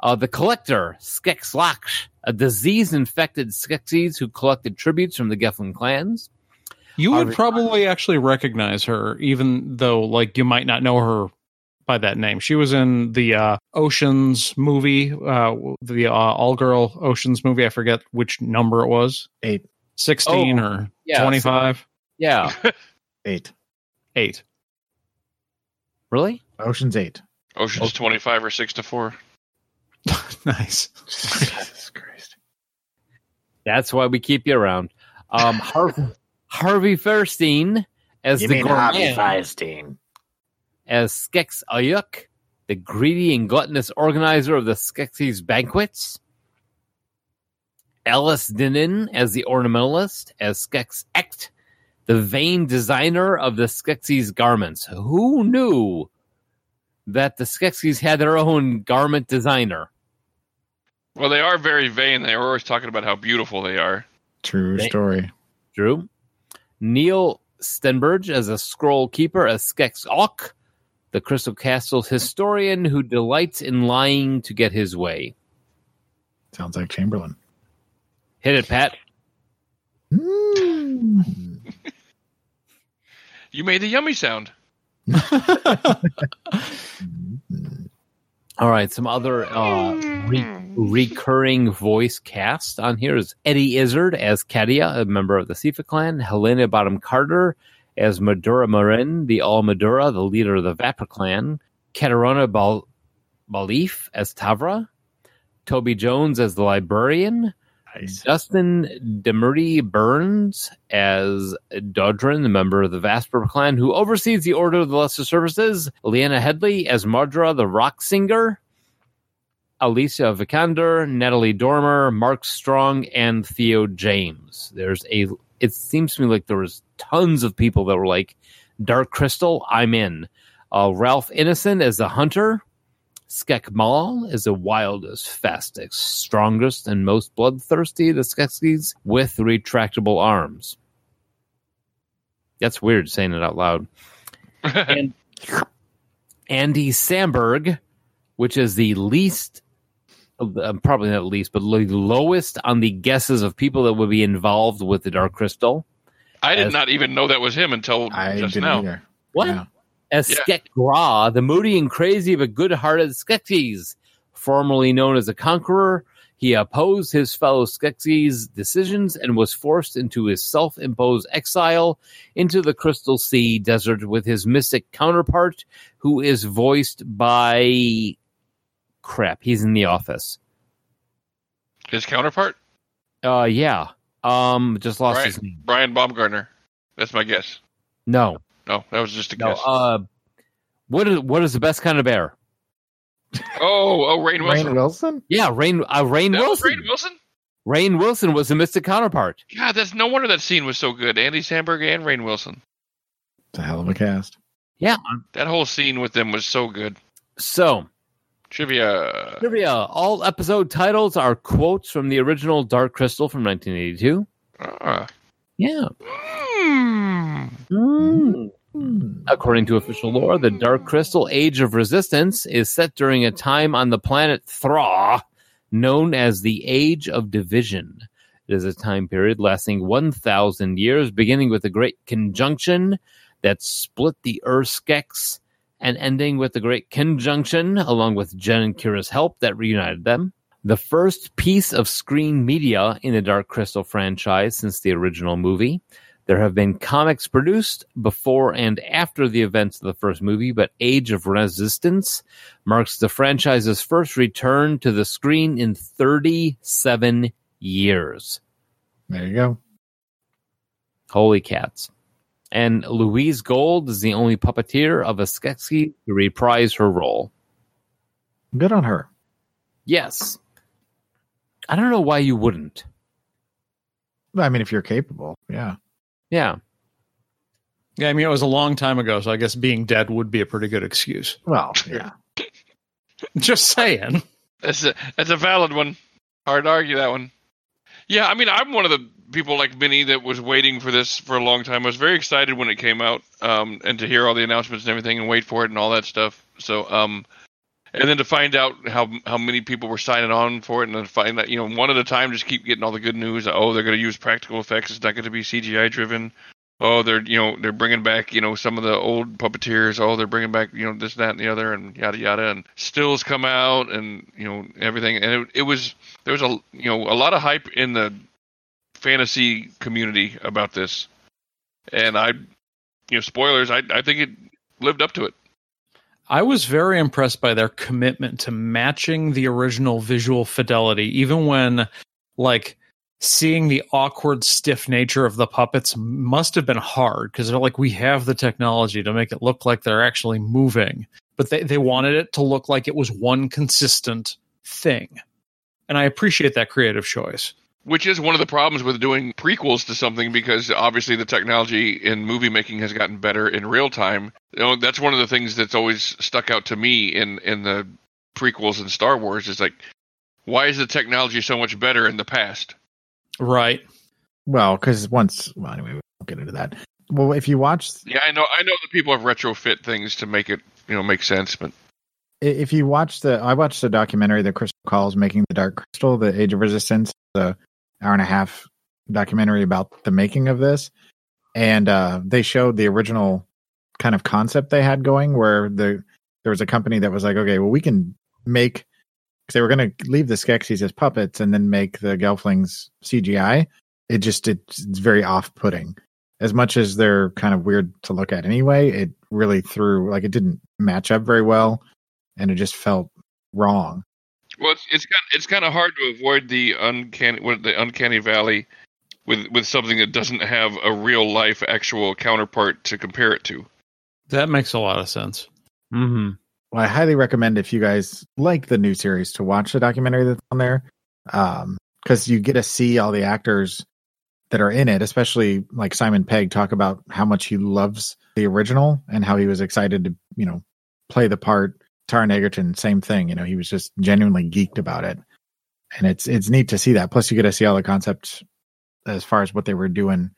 Speaker 4: Uh, the collector, Skexlaksh, a disease infected Skeksis who collected tributes from the Geflin clans.
Speaker 7: You
Speaker 4: I
Speaker 7: would
Speaker 4: re-
Speaker 7: probably actually recognize her, even though like you might not know her by that name. She was in the uh, Oceans movie, uh, the uh, all-girl Oceans movie. I forget which number it was.
Speaker 6: Eight.
Speaker 7: Sixteen
Speaker 4: Oh,
Speaker 7: or
Speaker 4: yeah,
Speaker 7: twenty-five.
Speaker 4: Yeah.
Speaker 6: Eight.
Speaker 4: *laughs*
Speaker 7: Eight.
Speaker 4: Really?
Speaker 6: Ocean's Eight. *laughs*
Speaker 5: Ocean's 25 or 6 to 4.
Speaker 7: nice. *laughs*
Speaker 6: Jesus Christ.
Speaker 4: That's why we keep you around. Um, Harvey, Harvey Fierstein as the gourmand,
Speaker 6: Feinstein?
Speaker 4: as Skex Ayuk, the greedy and gluttonous organizer of the Skeksis banquets. Ellis Dinin as the ornamentalist, as Skex Ekt, the vain designer of the Skeksis garments. Who knew that the Skeksis had their own garment designer?
Speaker 5: Well, they are very vain. They're always talking about how beautiful they are.
Speaker 6: True
Speaker 4: Thank-
Speaker 6: story.
Speaker 4: Drew. Neil Stenberg as a scroll keeper, as Skex Auk, the Crystal Castle's historian who delights in lying to get his way.
Speaker 6: Sounds like Chamberlain.
Speaker 4: Hit it, Pat.
Speaker 6: Hmm.
Speaker 5: You made the yummy sound. *laughs*
Speaker 4: All right, some other uh, re- recurring voice cast on here is Eddie Izzard as Kadia, a member of the Sifa clan, Helena Bottom Carter as Madura Marin, the All Madura, the leader of the Vapor clan, Katerina Bal- Balif as Tavra, Toby Jones as the librarian,
Speaker 6: Nice.
Speaker 4: Justin Demurdy Burns as Dodrin, the member of the Vasper clan who oversees the Order of the Lesser Services. Leanna Headley as Marjora, the rock singer. Alicia Vikander, Natalie Dormer, Mark Strong, and Theo James. There's a. It seems to me like there was tons of people that were like, Dark Crystal, I'm in. Uh, Ralph Innocent as a hunter. Skekmal is the wildest, fastest, strongest, and most bloodthirsty of the Skeksis with retractable arms. That's weird saying it out loud. Andy Samberg, which is the least, uh, probably not least, but the lowest on the guesses of people that would be involved with the Dark Crystal.
Speaker 5: I did
Speaker 4: As-
Speaker 5: not even know that was him until
Speaker 6: I
Speaker 5: just
Speaker 6: didn't
Speaker 5: now.
Speaker 6: either.
Speaker 4: What?
Speaker 6: Yeah.
Speaker 4: As
Speaker 5: Yeah.
Speaker 4: Skek Gra, the moody and crazy but good hearted Skeksis, formerly known as a conqueror, he opposed his fellow Skeksis' decisions and was forced into his self imposed exile into the Crystal Sea desert with his mystic counterpart, who is voiced by. Crap, he's in the office.
Speaker 5: His counterpart,
Speaker 4: Uh, yeah. Um, just lost
Speaker 5: Right.
Speaker 4: his name.
Speaker 5: Brian Baumgartner. That's my guess.
Speaker 4: No,
Speaker 5: No, that was just a
Speaker 4: no.
Speaker 5: guess.
Speaker 4: Uh, what is what is the best kind of bear?
Speaker 5: oh, oh, Rain Wilson.
Speaker 6: Rain Wilson?
Speaker 4: Yeah, Rain. Uh, Rain
Speaker 5: That was
Speaker 4: Wilson.
Speaker 5: Rain Wilson.
Speaker 4: Rain Wilson was the mystic counterpart.
Speaker 5: God, that's no wonder that scene was so good. Andy Samberg and Rain Wilson.
Speaker 6: It's a hell of a cast.
Speaker 4: Yeah.
Speaker 5: That whole scene with them was so good.
Speaker 4: So,
Speaker 5: Trivia.
Speaker 4: trivia. All episode titles are quotes from the original Dark Crystal from 1982.
Speaker 5: Ah.
Speaker 4: Yeah.
Speaker 5: Hmm.
Speaker 6: Hmm,
Speaker 4: According to official lore, the Dark Crystal Age of Resistance is set during a time on the planet Thra known as the Age of Division. It is a time period lasting 1,000 years, beginning with the Great Conjunction that split the Urskex and ending with the Great Conjunction, along with Jen and Kira's help, that reunited them. The first piece of screen media in the Dark Crystal franchise since the original movie. There have been comics produced before and after the events of the first movie, but Age of Resistance marks the franchise's first return to the screen in 37 years.
Speaker 6: There you go.
Speaker 4: Holy cats. And Louise Gold is the only puppeteer of a Skeksis to reprise her role.
Speaker 6: Good on her.
Speaker 4: Yes. I don't know why you wouldn't.
Speaker 6: I mean, if you're capable, yeah.
Speaker 4: Yeah.
Speaker 7: Yeah, I mean, it was a long time ago, so I guess being dead would be a pretty good excuse. *laughs*
Speaker 6: Well, yeah.
Speaker 7: Just saying.
Speaker 5: That's a that's a valid one. Hard to argue that one. Yeah, I mean, I'm one of the people like Minnie that was waiting for this for a long time. I was very excited when it came out, um, and to hear all the announcements and everything, and wait for it and all that stuff. So, um, and then to find out how how many people were signing on for it, and then find that you know one at a time, just keep getting all the good news. Oh, they're going to use practical effects. It's not going to be CGI driven. Oh, they're you know they're bringing back you know some of the old puppeteers. Oh, they're bringing back you know this, that, and the other, and yada yada. And stills come out, and you know everything. And it, it was there was a you know a lot of hype in the fantasy community about this, and I you know spoilers. I I think it lived up to it.
Speaker 7: I was very impressed by their commitment to matching the original visual fidelity, even when, like, seeing the awkward, stiff nature of the puppets must have been hard because they're like, we have the technology to make it look like they're actually moving. But they, they wanted it to look like it was one consistent thing. And I appreciate that creative choice.
Speaker 5: Which is one of the problems with doing prequels to something because obviously the technology in movie making has gotten better in real time. You know, that's one of the things that's always stuck out to me in, in the prequels in Star Wars is like, why is the technology so much better in the past?
Speaker 7: Right.
Speaker 6: Well, because once, well, anyway, we won't get into that. Well, if you watch,
Speaker 5: Yeah, I know. I know that people have retrofit things to make it, you know, make sense. But
Speaker 6: if you watch the, I watched the documentary that Crystal Calls Making the Dark Crystal, The Age of Resistance, the hour and a half documentary about the making of this. And uh, they showed the original kind of concept they had going where the there was a company that was like, okay, well, we can make, because they were going to leave the Skeksis as puppets and then make the Gelflings CGI. It just, it's, it's very off putting. As much as they're kind of weird to look at anyway, it really threw, like, it didn't match up very well and it just felt wrong.
Speaker 5: well, it's it's kind it's kind of hard to avoid the uncanny what the uncanny valley with with something that doesn't have a real life actual counterpart to compare it to.
Speaker 7: That makes a lot of sense.
Speaker 4: Mm-hmm.
Speaker 6: Well, I highly recommend if you guys like the new series to watch the documentary that's on there, because you get to see all the actors that are in it, especially like Simon Pegg talk about how much he loves the original and how he was excited to, you know, play the part. Taron Egerton, same thing. You know, he was just genuinely geeked about it, and it's it's neat to see that. Plus, you get to see all the concepts as far as what they were doing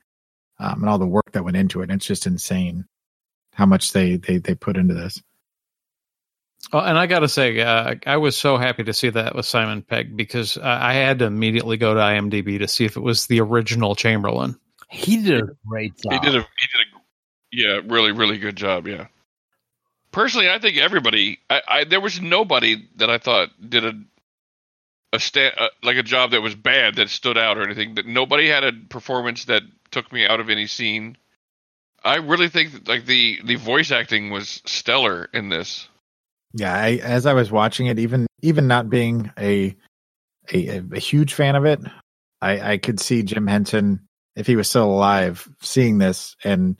Speaker 6: um, and all the work that went into it. And it's just insane how much they they they put into this.
Speaker 7: Oh, and I got to say, uh, I was so happy to see that with Simon Pegg because uh, I had to immediately go to IMDb to see if it was the original Chamberlain.
Speaker 4: He did a great job.
Speaker 5: He did a he did a yeah, really really good job. Yeah. Personally, I think everybody. I, I there was nobody that I thought did a a sta- uh, like a job that was bad that stood out or anything. That nobody had a performance that took me out of any scene. I really think that, like the the voice acting was stellar in this.
Speaker 6: Yeah, I, as I was watching it, even even not being a a, a- a huge fan of it, I, I could see Jim Henson if he was still alive, seeing this and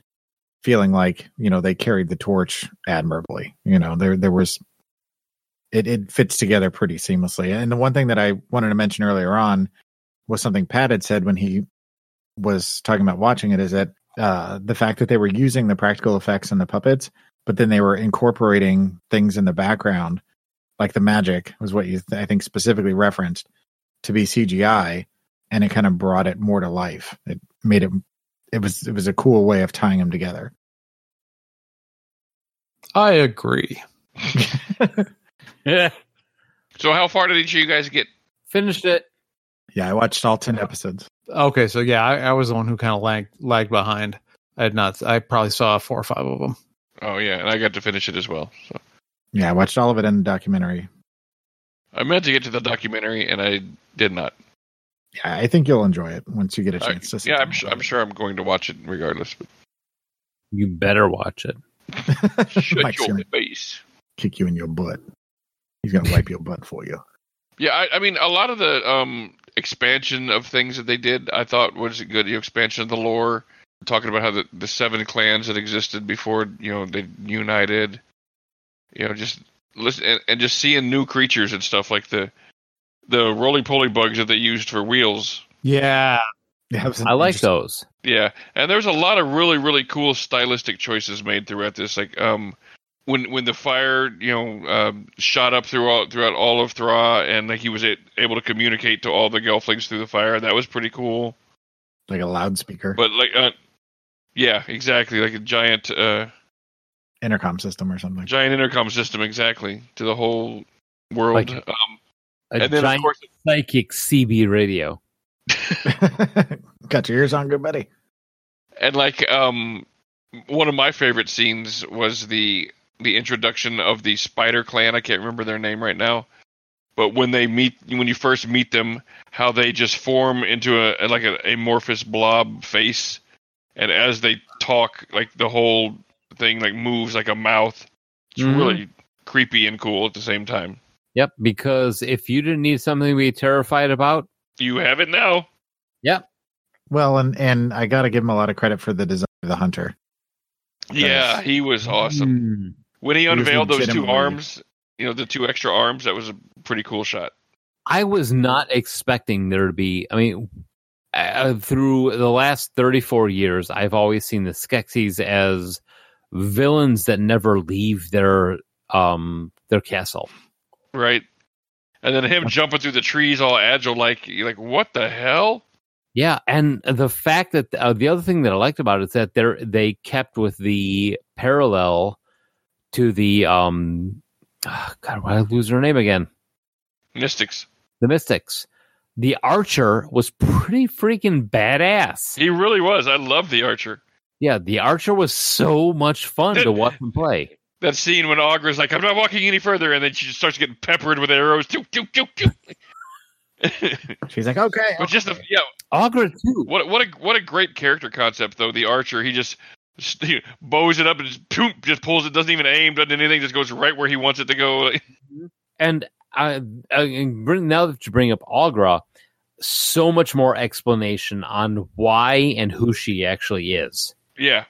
Speaker 6: feeling like you know they carried the torch admirably. You know, there there was it it fits together pretty seamlessly. And the one thing that I wanted to mention earlier on was something Pat had said when he was talking about watching it is that uh, the fact that they were using the practical effects and the puppets but then they were incorporating things in the background, like the magic was what you th- I think specifically referenced to be CGI, and it kind of brought it more to life. It made it it was it was a cool way of tying them together.
Speaker 7: I *laughs* agree.
Speaker 4: Yeah.
Speaker 5: So how far did each of you guys get?
Speaker 4: Finished it.
Speaker 6: yeah, I watched all ten episodes.
Speaker 7: Okay, so yeah, I, I was the one who kind of lagged lagged behind. I had not. I probably saw four or five of them.
Speaker 5: Oh yeah, and I got to finish it as well. So
Speaker 6: Yeah, I watched all of it in the documentary.
Speaker 5: I meant to get to the documentary and I did not.
Speaker 6: Yeah, I think you'll enjoy it once you get a
Speaker 5: I-
Speaker 6: chance to. sit
Speaker 5: Uh, yeah, I'm
Speaker 6: down.
Speaker 5: sure, I'm
Speaker 6: *laughs*
Speaker 5: sure I'm going to watch it regardless. But
Speaker 4: You better watch it.
Speaker 5: shut
Speaker 6: Mike's
Speaker 5: your
Speaker 6: gonna
Speaker 5: face.
Speaker 6: kick you in your butt. He's gonna wipe your butt for you.
Speaker 5: Yeah, I, I mean, a lot of the um, expansion of things that they did, I thought was good. The expansion of the lore, talking about how the, the seven clans that existed before, you know, they united. You know, just listen and, and just seeing new creatures and stuff like the the roly poly bugs that they used for wheels.
Speaker 7: Yeah,
Speaker 6: *laughs* Yeah, it *laughs* was an
Speaker 4: I like
Speaker 6: interesting-
Speaker 4: those.
Speaker 5: Yeah, and there's a lot of really really cool stylistic choices made throughout this. Like um, when when the fire you know um, shot up throughout throughout all of Thra, and like he was a- able to communicate to all the Gelflings through the fire. That was pretty cool.
Speaker 6: like a loudspeaker
Speaker 5: But like uh, yeah, exactly like a giant uh
Speaker 6: intercom system or something. *laughs*
Speaker 5: giant intercom system exactly to the whole world.
Speaker 4: Like-
Speaker 5: um,
Speaker 4: A
Speaker 5: and then
Speaker 4: giant
Speaker 5: of course
Speaker 4: psychic CB radio.
Speaker 6: Got your ears on, good buddy.
Speaker 5: And like um one of my favorite scenes was the the introduction of the Spider Clan. I can't remember their name right now. But when they meet when you first meet them, how they just form into a like an amorphous blob face and as they talk like the whole thing like moves like a mouth. It's
Speaker 4: Mhm.
Speaker 5: really creepy and cool at the same time.
Speaker 4: Yep, because if you didn't need something to be terrified about,
Speaker 5: You have it now.
Speaker 6: Well, and and I got to give him a lot of credit for the design of the hunter.
Speaker 5: Yeah, he was awesome. When he
Speaker 6: was
Speaker 5: unveiled those two
Speaker 6: legitimately-
Speaker 5: arms, you know, the two extra arms, that was a pretty cool shot.
Speaker 4: I was not expecting there to be. I mean, uh, through the last 34 years, I've always seen the Skeksis as villains that never leave their um their castle.
Speaker 5: Right. And then him jumping through the trees all agile like you're like what the hell?
Speaker 4: Yeah, and the fact that uh, the other thing that I liked about it is that they are they kept with the parallel to the um ah, God, why did I lose her name again?
Speaker 5: Mystics.
Speaker 4: the Mystics. The Archer was pretty freaking badass.
Speaker 5: He really was. I love the archer.
Speaker 4: Yeah, the Archer was so much fun to watch him play.
Speaker 5: That scene when Augur is like, I'm not walking any further, and then she just starts getting peppered with arrows. Toot, toot, toot, *laughs* toot.
Speaker 6: She's like, okay,
Speaker 5: but just the, yeah,
Speaker 4: Augur too.
Speaker 5: what what a what a great character concept though. The archer, he just he bows it up and just poop, just pulls it. Doesn't even aim. Doesn't anything. Just goes right where he wants it to go.
Speaker 4: And I, I, and bring- now that you bring up Augra, so much more explanation on why and who she actually is.
Speaker 5: yeah.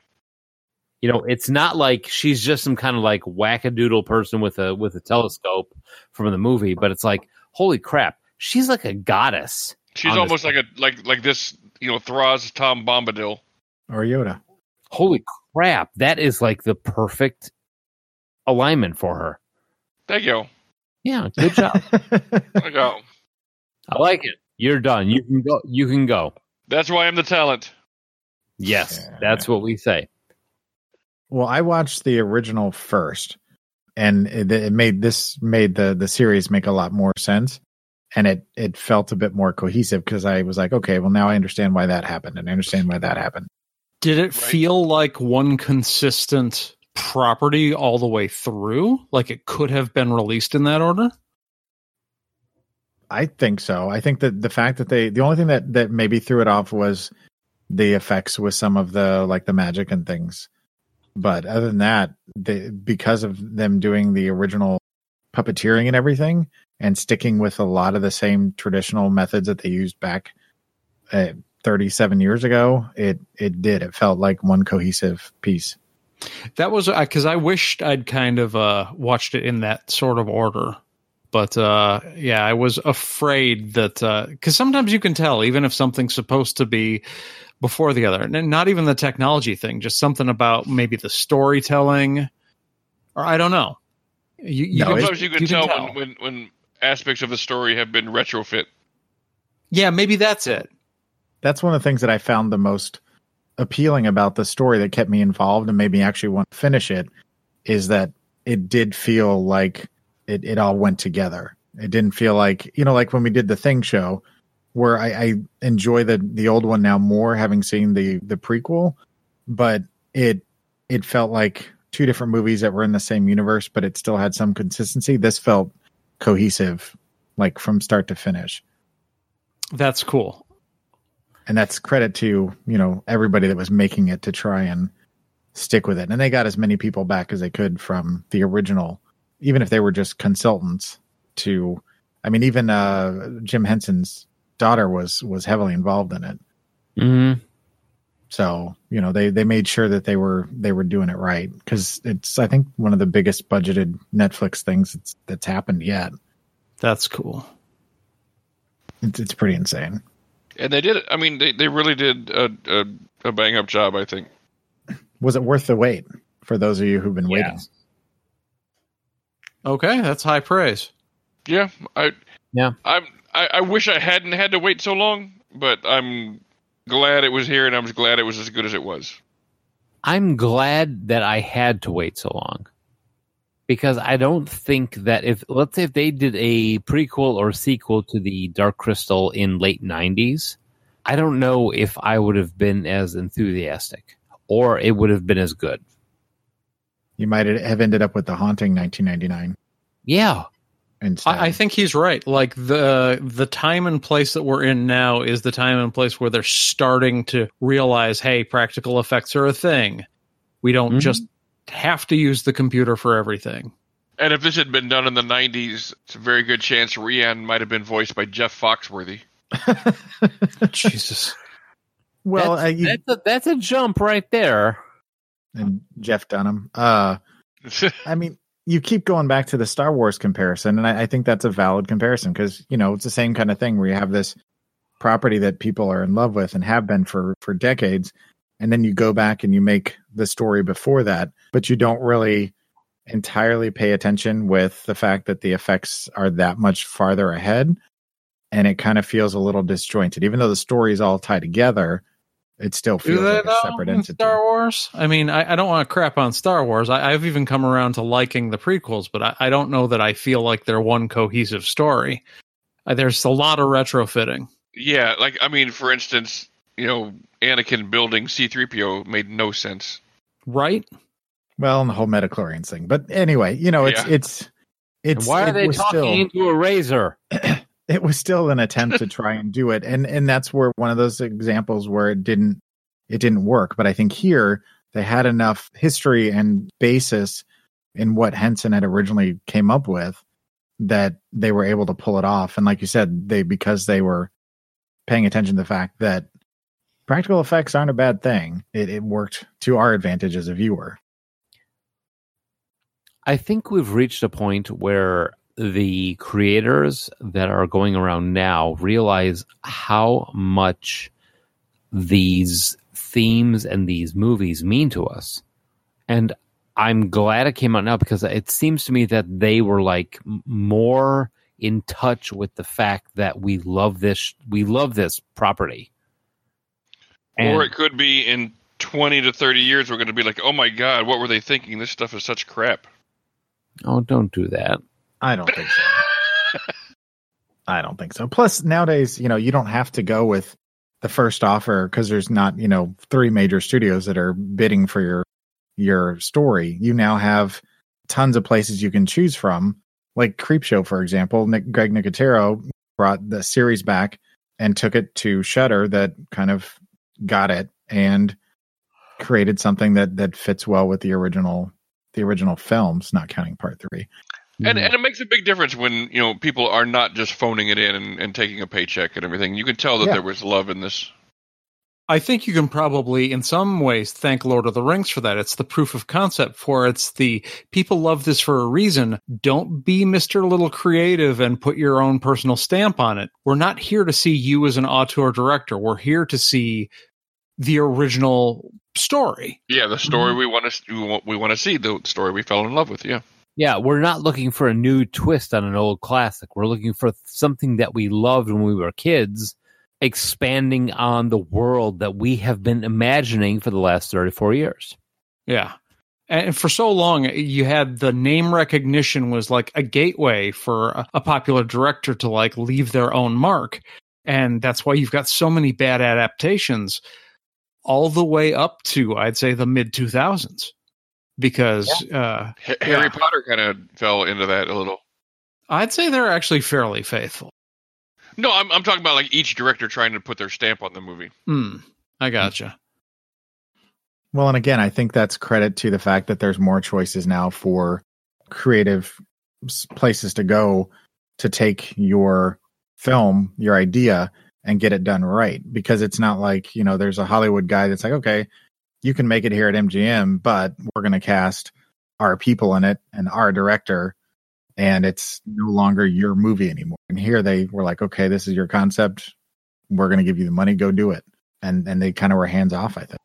Speaker 4: You know, it's not like she's just some kind of like wackadoodle person with a with a telescope from the movie, but it's like, holy crap, she's like a goddess.
Speaker 5: She's
Speaker 4: Honestly.
Speaker 5: almost like a like like this. You know, Thra's Tom Bombadil.
Speaker 6: or Yoda.
Speaker 4: Holy crap, that is like the perfect alignment for her.
Speaker 5: Thank you.
Speaker 4: Yeah, good job.
Speaker 5: There you go.
Speaker 4: *laughs* I like it. You're done. You can go. You can go.
Speaker 5: That's why I'm the talent.
Speaker 4: Yes,
Speaker 6: Yeah.
Speaker 4: that's what we say.
Speaker 6: *laughs* Well, I watched the original first, and it, it made this made the the series make a lot more sense, and it it felt a bit more cohesive because I was like, okay, well now I understand why that happened, and I understand why that happened.
Speaker 7: Did it feel like one consistent property all the way through? Like it could have been released in that order?
Speaker 6: I think so. I think that the fact that they the only thing that that maybe threw it off was the effects with some of the like the magic and things. But other than that, they, because of them doing the original puppeteering and everything, and sticking with a lot of the same traditional methods that they used back uh, 37 years ago, it it did. It felt like one cohesive piece.
Speaker 7: That was because I wished I'd kind of uh, watched it in that sort of order. But uh, yeah, I was afraid that because sometimes you can tell even if something's supposed to be before the other, and not even the technology thing, just something about maybe the storytelling, or I don't know. You, you
Speaker 6: No,
Speaker 7: can-
Speaker 6: it-
Speaker 5: Sometimes you can tell, When, when when aspects of the story have been retrofit.
Speaker 7: yeah, maybe that's it.
Speaker 6: That's one of the things that I found the most appealing about the story that kept me involved and made me actually want to finish it is that it did feel like it, it all went together. It didn't feel like you know, like when we did the thing show, where I, I enjoy the the old one now more having seen the the prequel, but it it felt like two different movies that were in the same universe, but it still had some consistency. This felt cohesive, like from start to finish.
Speaker 7: That's cool.
Speaker 6: and that's credit to you know everybody that was making it to try and stick with it and they got as many people back as they could from the original even if they were just consultants to i mean even uh jim henson's daughter was was heavily involved in it
Speaker 4: Mm-hmm.
Speaker 6: so you know they they made sure that they were they were doing it right because it's i think one of the biggest budgeted netflix things that's that's happened yet
Speaker 7: That's cool.
Speaker 6: it's, it's pretty insane
Speaker 5: And they did. it. I mean, they, they really did a, a, a bang up job. I think.
Speaker 6: was it worth the wait for those of you who've been
Speaker 4: Yeah.
Speaker 6: waiting
Speaker 7: Okay, that's high praise.
Speaker 5: Yeah, I.
Speaker 4: Yeah.
Speaker 5: I'm. I, I wish I hadn't had to wait so long, but I'm glad it was here, and I'm glad it was as good as it was.
Speaker 4: I'm glad that I had to wait so long because I don't think that if let's say if they did a prequel or sequel to the Dark Crystal in late 90s, I don't know if I would have been as enthusiastic or it would have been as good.
Speaker 6: you might have ended up with the haunting 1999
Speaker 4: Yeah,
Speaker 6: instead.
Speaker 7: I, I think he's right. Like the the time and place that we're in now is the time and place where they're starting to realize, hey, practical effects are a thing. We don't
Speaker 6: Mm-hmm.
Speaker 4: Mhm.
Speaker 7: just have to use the computer for everything.
Speaker 5: And if this had been done in the '90s, it's a very good chance Rian might have been voiced by Jeff Foxworthy. *laughs*
Speaker 7: *laughs* Jesus.
Speaker 6: *laughs* well,
Speaker 4: that's,
Speaker 6: I, you-
Speaker 4: that's a, that's a jump right there.
Speaker 6: and Jeff Dunham. Uh, I mean, you keep going back to the Star Wars comparison, and I, I think that's a valid comparison because you know it's the same kind of thing where you have this property that people are in love with and have been for for decades, and then you go back and you make the story before that, but you don't really entirely pay attention with the fact that the effects are that much farther ahead and it kind of feels a little disjointed even though the story is all tied together it still
Speaker 7: Do
Speaker 6: feels
Speaker 7: they
Speaker 6: like a
Speaker 7: though
Speaker 6: separate
Speaker 7: in
Speaker 6: entity
Speaker 7: Star Wars? I mean, I, I don't want to crap on Star Wars. I, I've even come around to liking the prequels, but I, I don't know that I feel like they're one cohesive story. Uh, there's a lot of retrofitting.
Speaker 5: Yeah, like I mean, for instance, you know, Anakin building C-3PO made no sense.
Speaker 7: Right?
Speaker 6: Well, and the whole metachlorians thing. But anyway, you know, it's
Speaker 5: Yeah.
Speaker 6: it's it's
Speaker 4: And why are
Speaker 6: it
Speaker 4: they
Speaker 6: was
Speaker 4: talking *clears throat*
Speaker 6: still-
Speaker 4: into a razor?
Speaker 6: *clears throat* it was still an
Speaker 4: *laughs*
Speaker 6: attempt to try and do it. And and that's where one of those examples where it didn't it didn't work. But I think here they had enough history and basis in what Henson had originally came up with that they were able to pull it off. And like you said, they because they were paying attention to the fact that practical effects aren't a bad thing, it, it worked to our advantage as a viewer.
Speaker 4: I think we've reached a point where the creators that are going around now realize how much these themes and these movies mean to us. And I'm glad it came out now because it seems to me that they were like m- more in touch with the fact that we love this we love this property.
Speaker 5: or
Speaker 4: And-
Speaker 5: it could be in tw- 20 to 30 years, we're going to be like, oh my God, what were they thinking? This stuff is such crap.
Speaker 4: Oh, don't do that.
Speaker 6: I don't think so. I don't think so. Plus, nowadays, you know, you don't have to go with the first offer because there's not, you know, three major studios that are bidding for your your story. You now have tons of places you can choose from, like Creepshow, for example. Nick, Greg Nicotero brought the series back and took it to Shutter, that kind of got it and created something that that fits well with the original the original films, not counting part three.
Speaker 7: Mm-hmm.
Speaker 5: And, and it makes a big difference when you know people are not just phoning it in and, and taking a paycheck and everything. You can tell that
Speaker 6: Yeah.
Speaker 5: there was love in this.
Speaker 7: I think you can probably, in some ways, thank Lord of the Rings for that. It's the proof of concept for it. it's the people love this for a reason. Don't be Mr. Little Creative and put your own personal stamp on it. We're not here to see you as an auteur director. We're here to see the original story.
Speaker 5: Yeah, the story we want to we want, we want to see the story we fell in love with. Yeah,
Speaker 4: Yeah, we're not looking for a new twist on an old classic. We're looking for something that we loved when we were kids, expanding on the world that we have been imagining for the last 34 years.
Speaker 7: Yeah. And for so long, you had the name recognition was like a gateway for a- a popular director to like leave their own mark. And that's why you've got so many bad adaptations all the way up to, I'd say, the mid 2000s. Because uh,
Speaker 5: Ha- Harry
Speaker 7: Yeah.
Speaker 5: Potter kind of fell into that a little.
Speaker 7: I'd say they're actually fairly faithful.
Speaker 5: No, I'm I'm talking about like each director trying to put their stamp on the movie.
Speaker 7: Hmm. I gotcha.
Speaker 6: Well, and again, I think that's credit to the fact that there's more choices now for creative s- places to go to take your film, your idea, and get it done right. Because it's not like, you know, there's a Hollywood guy that's like, okay, you can make it here at MGM, but we're going to cast our people in it and our director, and it's no longer your movie anymore. And here they were like, okay, this is your concept. We're going to give you the money. Go do it. And, and they kind of were hands off, I think.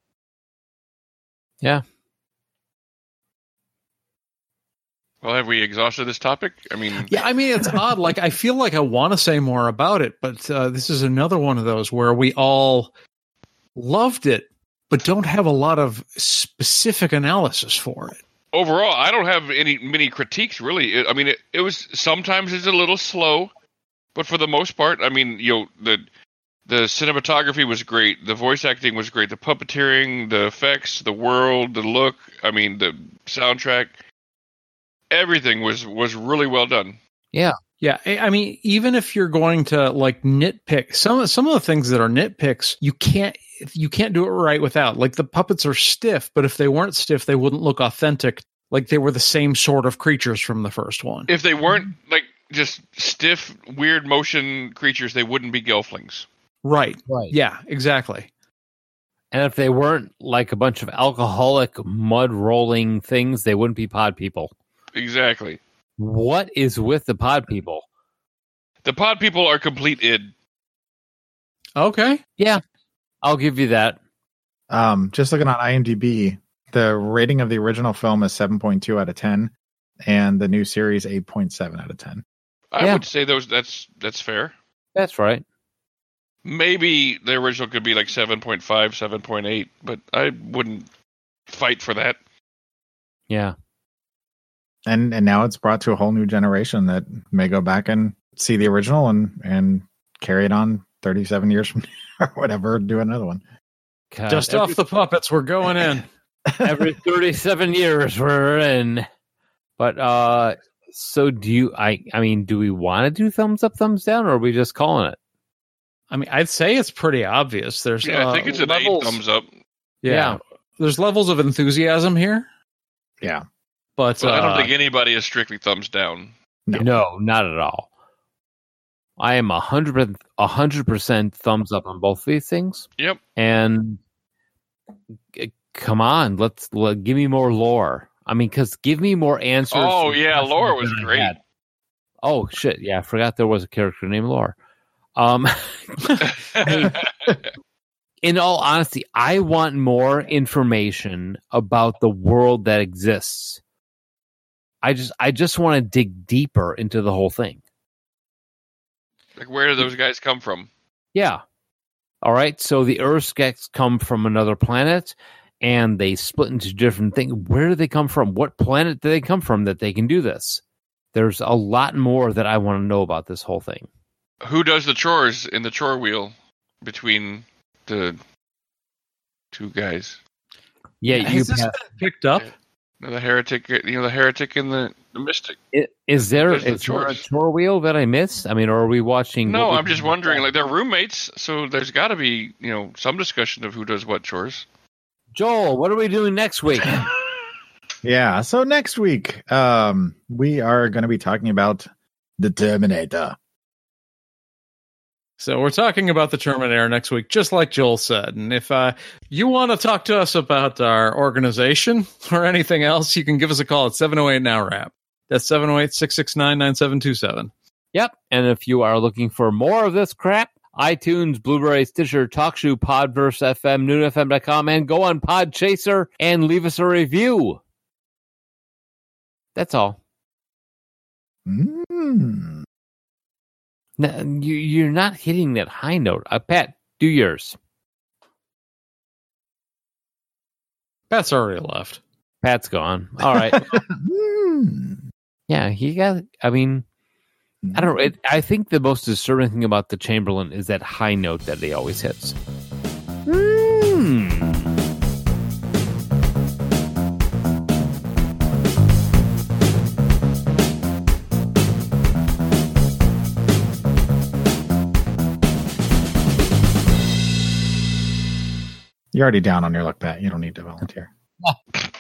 Speaker 5: Well, have we exhausted this topic? I mean,
Speaker 7: Yeah, I mean it's odd. Like I feel like I want to say more about it, but uh, this is another one of those where we all loved it, but don't have a lot of specific analysis for it.
Speaker 5: overall, I don't have any many critiques really. It, I mean, it, it was sometimes it's a little slow, but for the most part, I mean, you know, the the cinematography was great, the voice acting was great, the puppeteering, the effects, the world, the look. I mean, the soundtrack, everything was was really well done.
Speaker 7: Yeah, I I mean, even if you're going to like nitpick some some of the things that are nitpicks, you can't you can't do it right without. Like the puppets are stiff, but if they weren't stiff, they wouldn't look authentic. Like they were the same sort of creatures from the first one.
Speaker 5: If they weren't like just stiff, weird motion creatures, they wouldn't be gelflings.
Speaker 7: right.
Speaker 4: Right.
Speaker 7: Yeah, exactly.
Speaker 4: And if they weren't like a bunch of alcoholic, mud rolling things, they wouldn't be pod people.
Speaker 5: Exactly.
Speaker 4: What is with the pod people?
Speaker 5: The pod people are complete id.
Speaker 7: Okay.
Speaker 4: I'll give you that.
Speaker 6: Um, just looking on IMDb, the rating of the original film is 7.2 out of 10, and the new series 8.7 out of 10.
Speaker 5: I
Speaker 4: Yeah.
Speaker 5: would say those. That's that's fair.
Speaker 4: That's right.
Speaker 5: maybe the original could be like 7.5 7.8 but i wouldn't fight for that
Speaker 4: Yeah.
Speaker 6: And and now it's brought to a whole new generation that may go back and see the original and and carry it on 37 years from *laughs* now or whatever, do another one.
Speaker 4: God,
Speaker 7: Dust
Speaker 4: every,
Speaker 7: off the puppets. We're going in.
Speaker 5: *laughs*
Speaker 4: every 37 years we're in. But uh so do you I I mean, do we want to do thumbs up, thumbs down, or are we just calling it?
Speaker 7: I mean, I'd say it's pretty obvious. There's,
Speaker 5: yeah
Speaker 7: uh,
Speaker 5: i think it's an
Speaker 7: levels-
Speaker 5: eight thumbs up
Speaker 7: Yeah.
Speaker 4: Yeah.
Speaker 7: there's levels of enthusiasm here,
Speaker 6: Yeah.
Speaker 7: but
Speaker 5: but i
Speaker 7: uh,
Speaker 5: don't think anybody is strictly thumbs down
Speaker 6: No.
Speaker 4: No, not at all. I am a hundred a hundred percent thumbs up on both these things.
Speaker 5: Yep.
Speaker 4: And g- come on, let's let, give me more lore. I mean, because give me more answers.
Speaker 5: Oh,
Speaker 4: to the
Speaker 5: yeah,
Speaker 4: questions
Speaker 5: lore was
Speaker 4: that I
Speaker 5: great.
Speaker 4: had. Oh shit, yeah, I forgot there was a character named Lore. Um,
Speaker 5: *laughs*
Speaker 4: in all honesty, I want more information about the world that exists. I just I just want to dig deeper into the whole thing.
Speaker 5: like where do those guys come from
Speaker 4: Yeah. All right. So the Earths gets come from another planet, and they split into different things. Where do they come from? What planet do they come from that they can do this? There's a lot more that I want to know about this whole thing.
Speaker 5: Who does the chores in the chore wheel between the two guys?
Speaker 4: Yeah, you
Speaker 7: Has this
Speaker 4: have-
Speaker 7: been picked up?
Speaker 5: You know, the heretic, you know, the heretic and the, the mystic.
Speaker 4: i- is there
Speaker 5: There's the
Speaker 4: is there a
Speaker 5: chores.
Speaker 4: tour wheel that I missed? I mean, or are we watching?
Speaker 5: No,
Speaker 4: what we-
Speaker 5: I'm just wondering. Like they're roommates, so there's got to be you know some discussion of who does what chores.
Speaker 4: Joel, what are we doing next *laughs* week?
Speaker 6: *laughs* Yeah. So next week, um, we are going to be talking about the Terminator.
Speaker 7: So we're talking about the Terminator next week, just like Joel said. And if uh, you want to talk to us about our organization *laughs* or anything else, you can give us a call at 708 Now Rap. That's 708 669 9727.
Speaker 4: Yep. And if you are looking for more of this crap, iTunes, Blueberry, Stitcher, TalkShoe, Podverse FM, NoonFM.com, and go on Podchaser and leave us a review. That's all.
Speaker 6: Mm.
Speaker 4: N- you, you're not hitting that high note. Uh, Pat, do yours.
Speaker 7: Pat's already left.
Speaker 4: Pat's gone. All *laughs* right.
Speaker 6: Mm.
Speaker 4: yeah, he got. I mean, I don't. It, I think the most disturbing thing about the Chamberlain is that high note that he always hits.
Speaker 6: Hmm.
Speaker 4: Mm.
Speaker 6: You're already down on your luck, Pat. You don't need to volunteer.
Speaker 5: *laughs*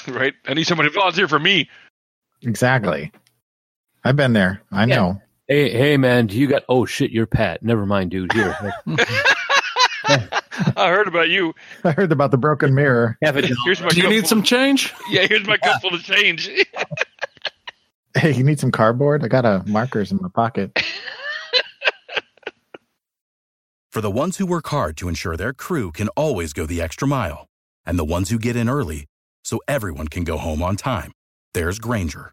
Speaker 5: Right? I need somebody to volunteer for me.
Speaker 6: Exactly. I've been there. I know. *laughs*
Speaker 4: Hey, hey, man, you got? Oh shit, you're Pat. Never mind, dude. Here, *laughs*
Speaker 5: I heard about
Speaker 7: *laughs*
Speaker 5: you.
Speaker 6: I heard about the broken mirror.
Speaker 5: *laughs*
Speaker 4: have it.
Speaker 5: Here's my
Speaker 7: Do you
Speaker 5: cup
Speaker 7: need
Speaker 5: full-
Speaker 7: some change?
Speaker 5: Yeah, here's my cup full of change. *laughs*
Speaker 6: Hey, you need some cardboard? I got a markers in my pocket.
Speaker 8: For the ones who work hard to ensure their crew can always go the extra mile, and the ones who get in early so everyone can go home on time, there's Granger,